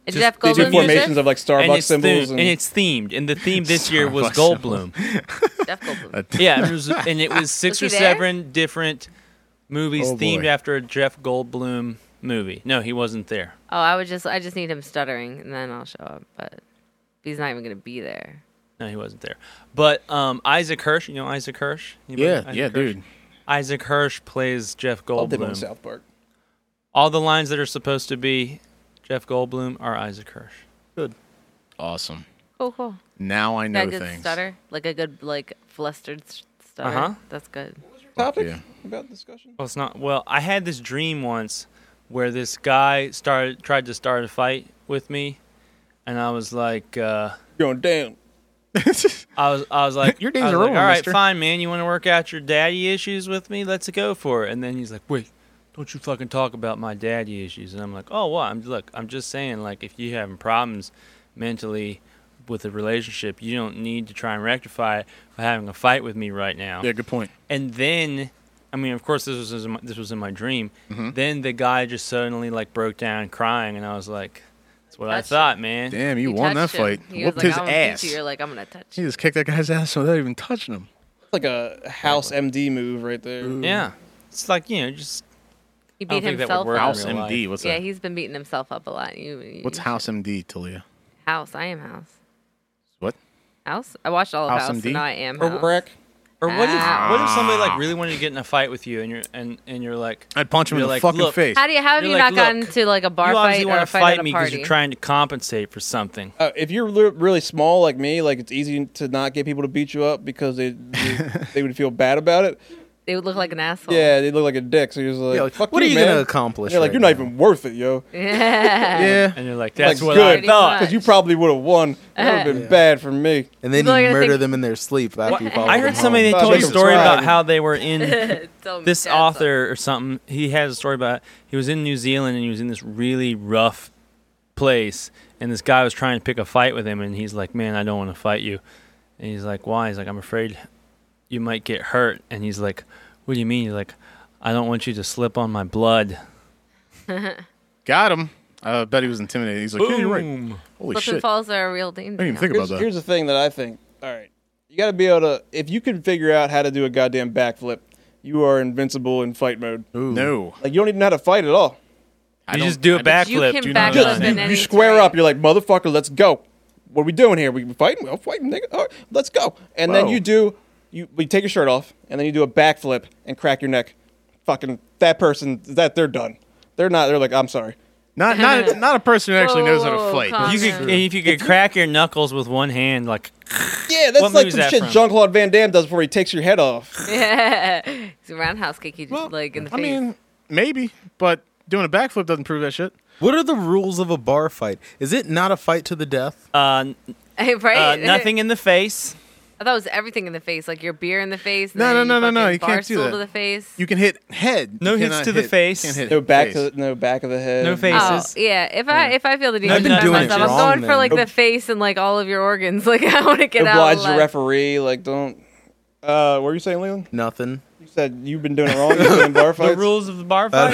Did
Just-
Jeff
They
Goldblum
do
do
formations of like
and
Starbucks
it's
symbols
themed,
and,
and it's themed, and the theme this year was
Starbucks symbol.
Goldblum.
this? Jeff Goldblum.
yeah, and it was, and it was six
Was he
or
there?
seven different movies
Oh,
themed
boy.
after a Jeff Goldblum movie. No, he wasn't there.
Oh, I would just I just need him stuttering, and then I'll show up. But he's not even gonna be there.
No, he wasn't there. But um, Isaac Hirsch, you know Isaac Hirsch? Anybody?
Yeah,
Isaac
yeah,
Hirsch?
dude.
Isaac Hirsch plays Jeff
Love them on
Goldblum.
South Park.
All the lines that are supposed to be Jeff Goldblum are Isaac Hirsch.
Awesome.
Oh,
Cool, cool.
Now I
Got
know
a good
things.
stutter, like a good like flustered s- stutter.
Uh-huh.
That's good.
Topic
yeah.
about discussion.
Well, it's not. Well, I had this dream once where this guy started tried to start a fight with me, and I was like, uh,
Going down.
I was, I was like,
Your days
I was
are
like,
over,
All right,
mister."
fine, man. You want to work out your daddy issues with me? Let's go for it. And then he's like, wait. Don't you fucking talk about my daddy issues, and I'm like, oh, what? I'm look, I'm just saying, like, if you having problems mentally with a relationship, you don't need to try and rectify it by having a fight with me right now.
Yeah, good point.
and then I mean, of course, this was in my, this was in my dream.
Mm-hmm.
Then the guy just suddenly like broke down crying, and I was like, "That's what I
Touched
thought, man."
Damn, you
He
won that
touched him.
fight.
He was
Whooped
like,
his
"I'm gonna beat
ass.
You.
He
You're like, I'm gonna touch you.
just kicked that guy's ass without even touching him.
It's like a house MD move right there.
Yeah, it's like you know, just
He
I don't
beat
think that would
himself
work in
up.
House
real life.
MD. What's
Yeah,
that?
he's been beating himself up a lot. You, you
What's House MD, Talia?
House? I am House.
What?
House? I watched all of
House
House, and
MD?
now I am
Or
House.
Brack.
Or what if what if somebody
Ah.
like really wanted to get in a fight with you and you're and, and you're like
I'd punch him
You're
in the
like,
fucking
"Look,
face.
How do you how have
You're
you
like,
not gotten
"Look,
to like a bar
you
fight
obviously
or a
want to
fight,
fight
at
me
a
because
party?
you're trying to compensate for something.
Uh, if you're li- really small like me, like it's easy to not get people to beat you up because they they, they would feel bad about it.
they would look like an asshole.
Yeah, they look like a dick. So you're just like,
Yeah, like,
fuck
what are you
man.
gonna accomplish
They're like,
right
you're not
now?"
even worth it, yo.
Yeah.
yeah.
And you're like, that's
like,
what
good,
I thought.
Because you probably would have won. That would have been bad for me.
And then
People are
you
gonna
murder
think-
them in their sleep after you follow
I
them
heard somebody they
home.
Fuck,
told a
Jesus
story about
Christ.
how they were in
Tell me
this
that's all.
author or something. He had a story about he was in New Zealand and he was in this really rough place, and this guy was trying to pick a fight with him, and he's like, "Man, I don't want to fight you." And he's like, "Why?" He's like, "I'm afraid you might get hurt." And he's like, "What do you mean?" He's like, "I don't want you to slip on my blood."
Got him. I bet he was intimidated. He's like, yeah, you're right.
Boom.
Holy
Slip and
shit. I
falls are a real danger.
didn't even
now.
think about
Here's,
that.
here's the thing that I think. All right, you got to be able to. If you can figure out how to do a goddamn backflip, you are invincible in fight mode.
no.
Like you don't even know how to fight at all.
I
You
don't-
just do a
I don't-
You
backflip.
can
Do not
backflip
understand.
in
You
any
square
terrain.
up. You're like motherfucker. Let's go. What are we doing here? We fighting? I'm fighting, nigga. All right, let's go. And then
Whoa.
you do. You we take your shirt off, and then you do a backflip and crack your neck. Fucking that person. That they're done. They're not. They're like, I'm sorry.
Not not not a person who actually knows how
Whoa,
to fight.
calm
You
Yeah.
could, if you could crack your knuckles with one hand, like
Yeah, that's
What movie
like
is
some
that
shit
from?
Jean Claude Van Damme does before he takes your head off.
Yeah. It's a roundhouse kick you just like in the
I
face.
mean, maybe, but doing a backflip doesn't prove that shit.
What are the rules of a bar fight? Is it not a fight to the death?
uh, uh,
right?
nothing in the face.
I thought it was everything in the face, like your beer in the face. and
No,
then
no,
you
no, no, no,
fucking
you can't do
barstool
that.
to the face.
You can hit head.
No
You
hits
cannot
to the
hit-
face.
Can't hit
No back
face.
to no back of the head.
No face.
Oh
faces.
yeah, if I if I feel the need to
I've been
defend
doing it
myself, I'm
wrong,
going for
then.
like the face and like all of your organs. Like I want to get out.
Oblige the
alive.
referee. Like, don't. Uh, what were you saying, Leland?
Nothing.
You said you've been doing it wrong. You've been in bar
The
fights.
rules of the bar fight.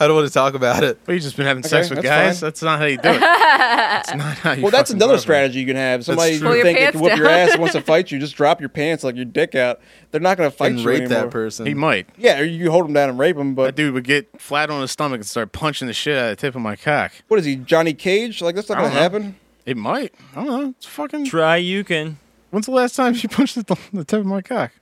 I don't want to talk about it.
Well, you've just been having sex
Okay,
with
that's
guys.
fine.
That's not how you do it. That's not how you.
Well, that's
fucking
another
bar fight.
strategy you can have. Somebody
true. Pull
you
your
think they
pants
can whoop your
down.
ass and wants to fight you, just drop your pants like your dick out. They're not gonna fight
And
you
rape
anymore.
that person.
He might.
Yeah, or you hold them down and rape them.
That
But
dude would get flat on his stomach and start punching the shit out of the tip of my cock.
what is he, Johnny Cage? Like that's not
I
gonna
don't know.
happen.
It might. I don't know. It's fucking.
Try you can.
When's the last time you punched the, the tip of my cock?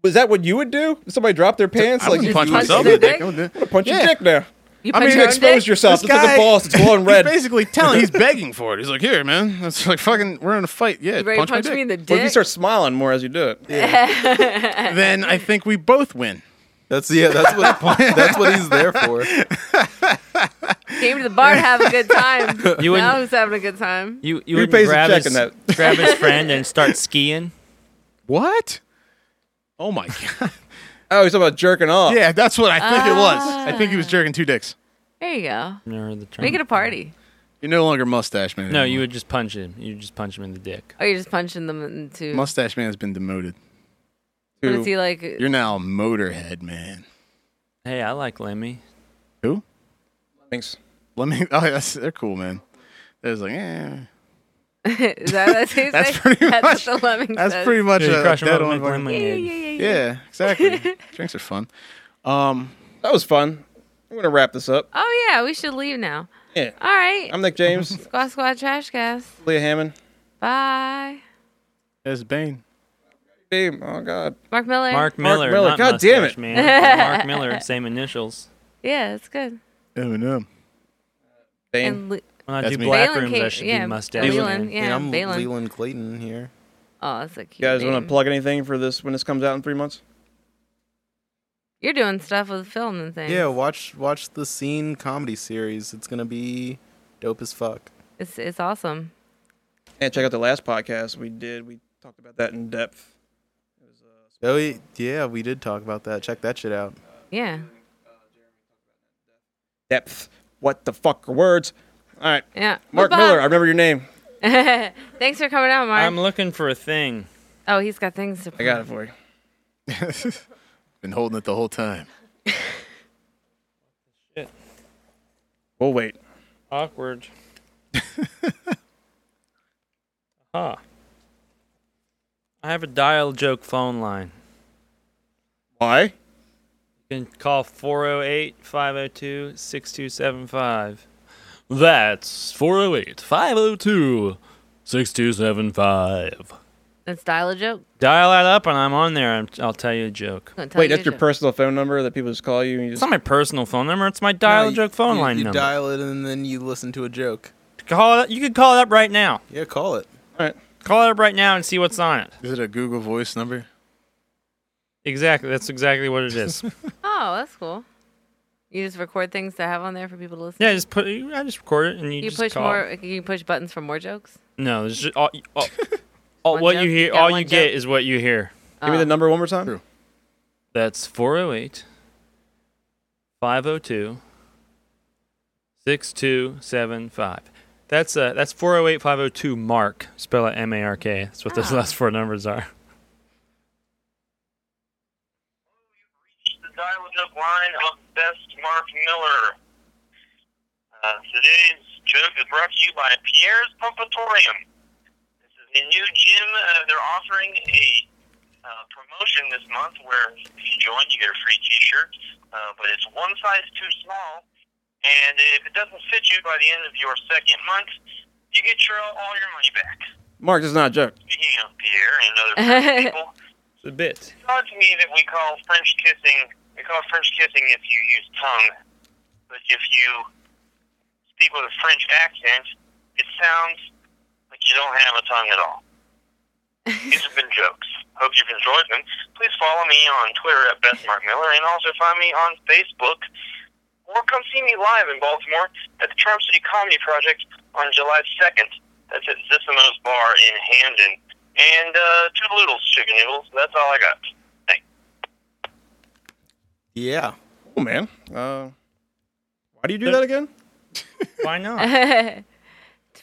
Was that what you would do? If somebody dropped their pants,
I
like
wouldn't
you
punch
punch
myself
their
in the dick.
dick?
I wouldn't do it.
punch
Yeah.
your dick now.
You
I
punch
mean,
your own
Expose
dick?
yourself.
This
Look at
guy-
the balls. It's glowing
He's
red.
basically telling. He's begging for it. He's like, "Here, man." It's like fucking. We're in a fight. Yeah,
You ready to
punch,
punch
my
me in
dick.
the
What if you
dick?
start smiling more as you do it?
then I think we both win.
That's yeah. That's what. that's what he's there for.
Came to the bar to have a good time.
You
now
wouldn't.
who's having a good time?
You you
Who
would
pays the
grab
check in
his,
that?
grab his friend and start skiing.
What? Oh my god.
Oh, he's talking about jerking off.
Yeah, that's what I think it was.
Ah.
I think he was jerking two dicks.
There you go.
Never heard the term.
Make it a party.
You're no longer mustache man.
No,
anymore.
you would just punch him. You would just punch him in the dick.
Or Oh, you're just punching them into. Must
mustache man has been demoted.
what is he like?
You're now motorhead man.
Hey, I like Lemmy.
Who?
Thanks.
Let me. Oh, that's they're cool, man. It was like, eh.
is that what he's
That's
saying?
pretty
That's
much-
what the lemming
That's
says.
pretty much
Yeah, you
a
crush him
dead
up
on
and make
fucking-
Yeah,
lemonade.
yeah, yeah, yeah.
Yeah, exactly. Drinks are fun. Um,
That was fun. I'm gonna wrap this up.
Oh yeah, we should leave now.
Yeah.
All right.
I'm Nick James.
Squad Squad Trash Gas.
Leah Hammond.
Bye.
there's Bane.
Babe. Oh God.
Mark Miller.
Mark
Mark
Miller.
Miller,
Not
God damn
Mustache
it.
man. Mark Miller. Same initials.
Yeah, it's good.
Eminem.
Bane.
And Le-
When I
That's
do
me.
black
Valen
rooms,
came-
I should
yeah,
do mustache.
Valen,
man.
yeah.
and I'm
Balin.
Leland Clayton here.
oh, that's a cute.
You guys
name.
want to plug anything for this when this comes out in three months?
You're doing stuff with film and things.
Yeah, watch watch the scene comedy series. It's gonna be dope as fuck.
It's it's awesome.
And check out the last podcast we did. We talked about that in depth.
Oh y- yeah, we did talk about that. Check that shit out.
Yeah.
Depth. What the fuck are words? All right.
Yeah.
Mark
Well,
Miller. I
Bob,
remember your name.
Thanks for coming out, Mark.
I'm looking for a thing.
oh, he's got things to
I got it for you.
Been holding it the whole time.
We'll wait.
Awkward. Aha. I have a dial joke phone line.
Why?
You can call 408 502 6275. oh That's 408 502 6275.
That's dial a joke.
Dial that up, and I'm on there. I'm, I'll tell you a joke.
I'm gonna tell
Wait,
you
that's
a
your
joke.
personal phone number that people just call you. And you
It's
just,
not my personal phone number. It's my dial a
No,
joke phone
you,
line
You
number.
dial it and then you listen to a joke.
call it. You could call it up right now.
Yeah, call it.
all right.
Call it up right now and see what's on it.
Is it a Google Voice number?
Exactly. That's exactly what it is.
Oh, that's cool. You just record things to have on there for people to listen.
yeah, just put. I just record it, and you,
You
just
push
call.
more. You push buttons for more jokes.
No, it's just all, all, all-
One
what
joke?
you
You
hear.
got
All
one
you get
joke?
is what you hear.
Give me
Oh.
the number one more time.
Uh, True.
That's 408 502 6275. That's uh that's 408 502 mark. Spell it M A R K. That's what those
Ah.
last four numbers are.
the dial-up line of Best Mark Miller. Uh, today's joke is brought to you by Pierre's Pumpatorium. This is a new gym. Uh, they're offering a uh, promotion this month where if you join, you get a free T-shirt, uh, but it's one size too small. And if it doesn't fit you by the end of your second month, you get your all your money back.
Mark, this is not a joke.
Speaking of Pierre and other people
It's a bit.
odd to me that we call French kissing we call French kissing if you use tongue, but if you speak with a French accent, it sounds like you don't have a tongue at all. These have been jokes. Hope you've enjoyed them. Please follow me on Twitter at Beth Mark Miller and also find me on Facebook or come see me live in Baltimore at the Charm City Comedy Project on July 2nd. That's at Zissimo's Bar in Hamden. And uh, Toodaloodles, chicken noodles. That's all I got. Thanks.
Yeah.
Oh man. Uh, why do you do that again?
Why not?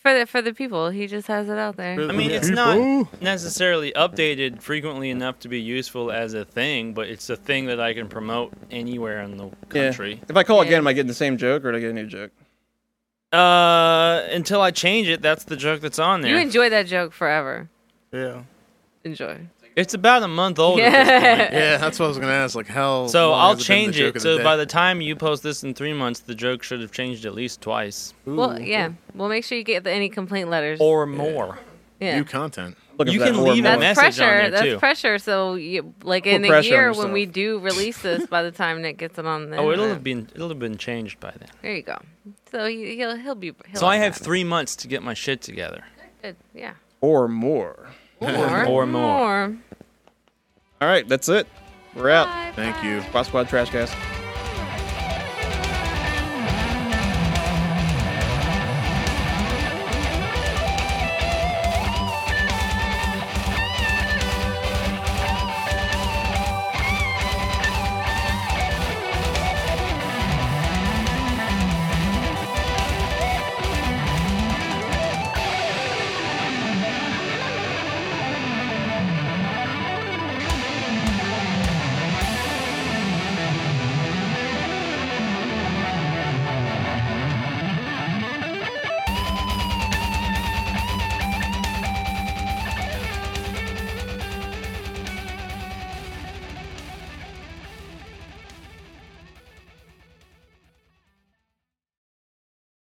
for the for the people, he just has it out there.
I mean, it's not necessarily updated frequently enough to be useful as a thing, but it's a thing that I can promote anywhere in the country.
Yeah. If I call
Yeah.
again, am I getting the same joke or do I get a new joke?
Uh, until I change it, that's the joke that's on
You
there.
enjoy that joke forever.
Yeah.
Enjoy.
it's about a month old. at this point.
Yeah.
Yeah, that's what I was gonna ask. Like how?
So
long
I'll
has it been the
change
joke
it.
of the
So
day?
by the time you post this in three months, the joke should have changed at least twice
Well, yeah. We'll make sure you get the, any complaint letters.
or more.
yeah.
new content.
Looking
You
for that
can
or
leave
more.
a
that's
message on
pressure.
there,
that's
too.
pressure. So, you, like in a
pressure on
year when
yourself.
we do release this, by the time Nick gets it on, the
Oh, it'll
internet,
have been it'll have been changed by then.
there you go. So he, he'll he'll be. He'll
So I
be
have
happy.
three months to get my shit together.
Good. Yeah.
Or more.
More.
Or more.
All right, that's it. We're out.
Bye,
Thank
bye.
you.
Squad Squad Trashcast.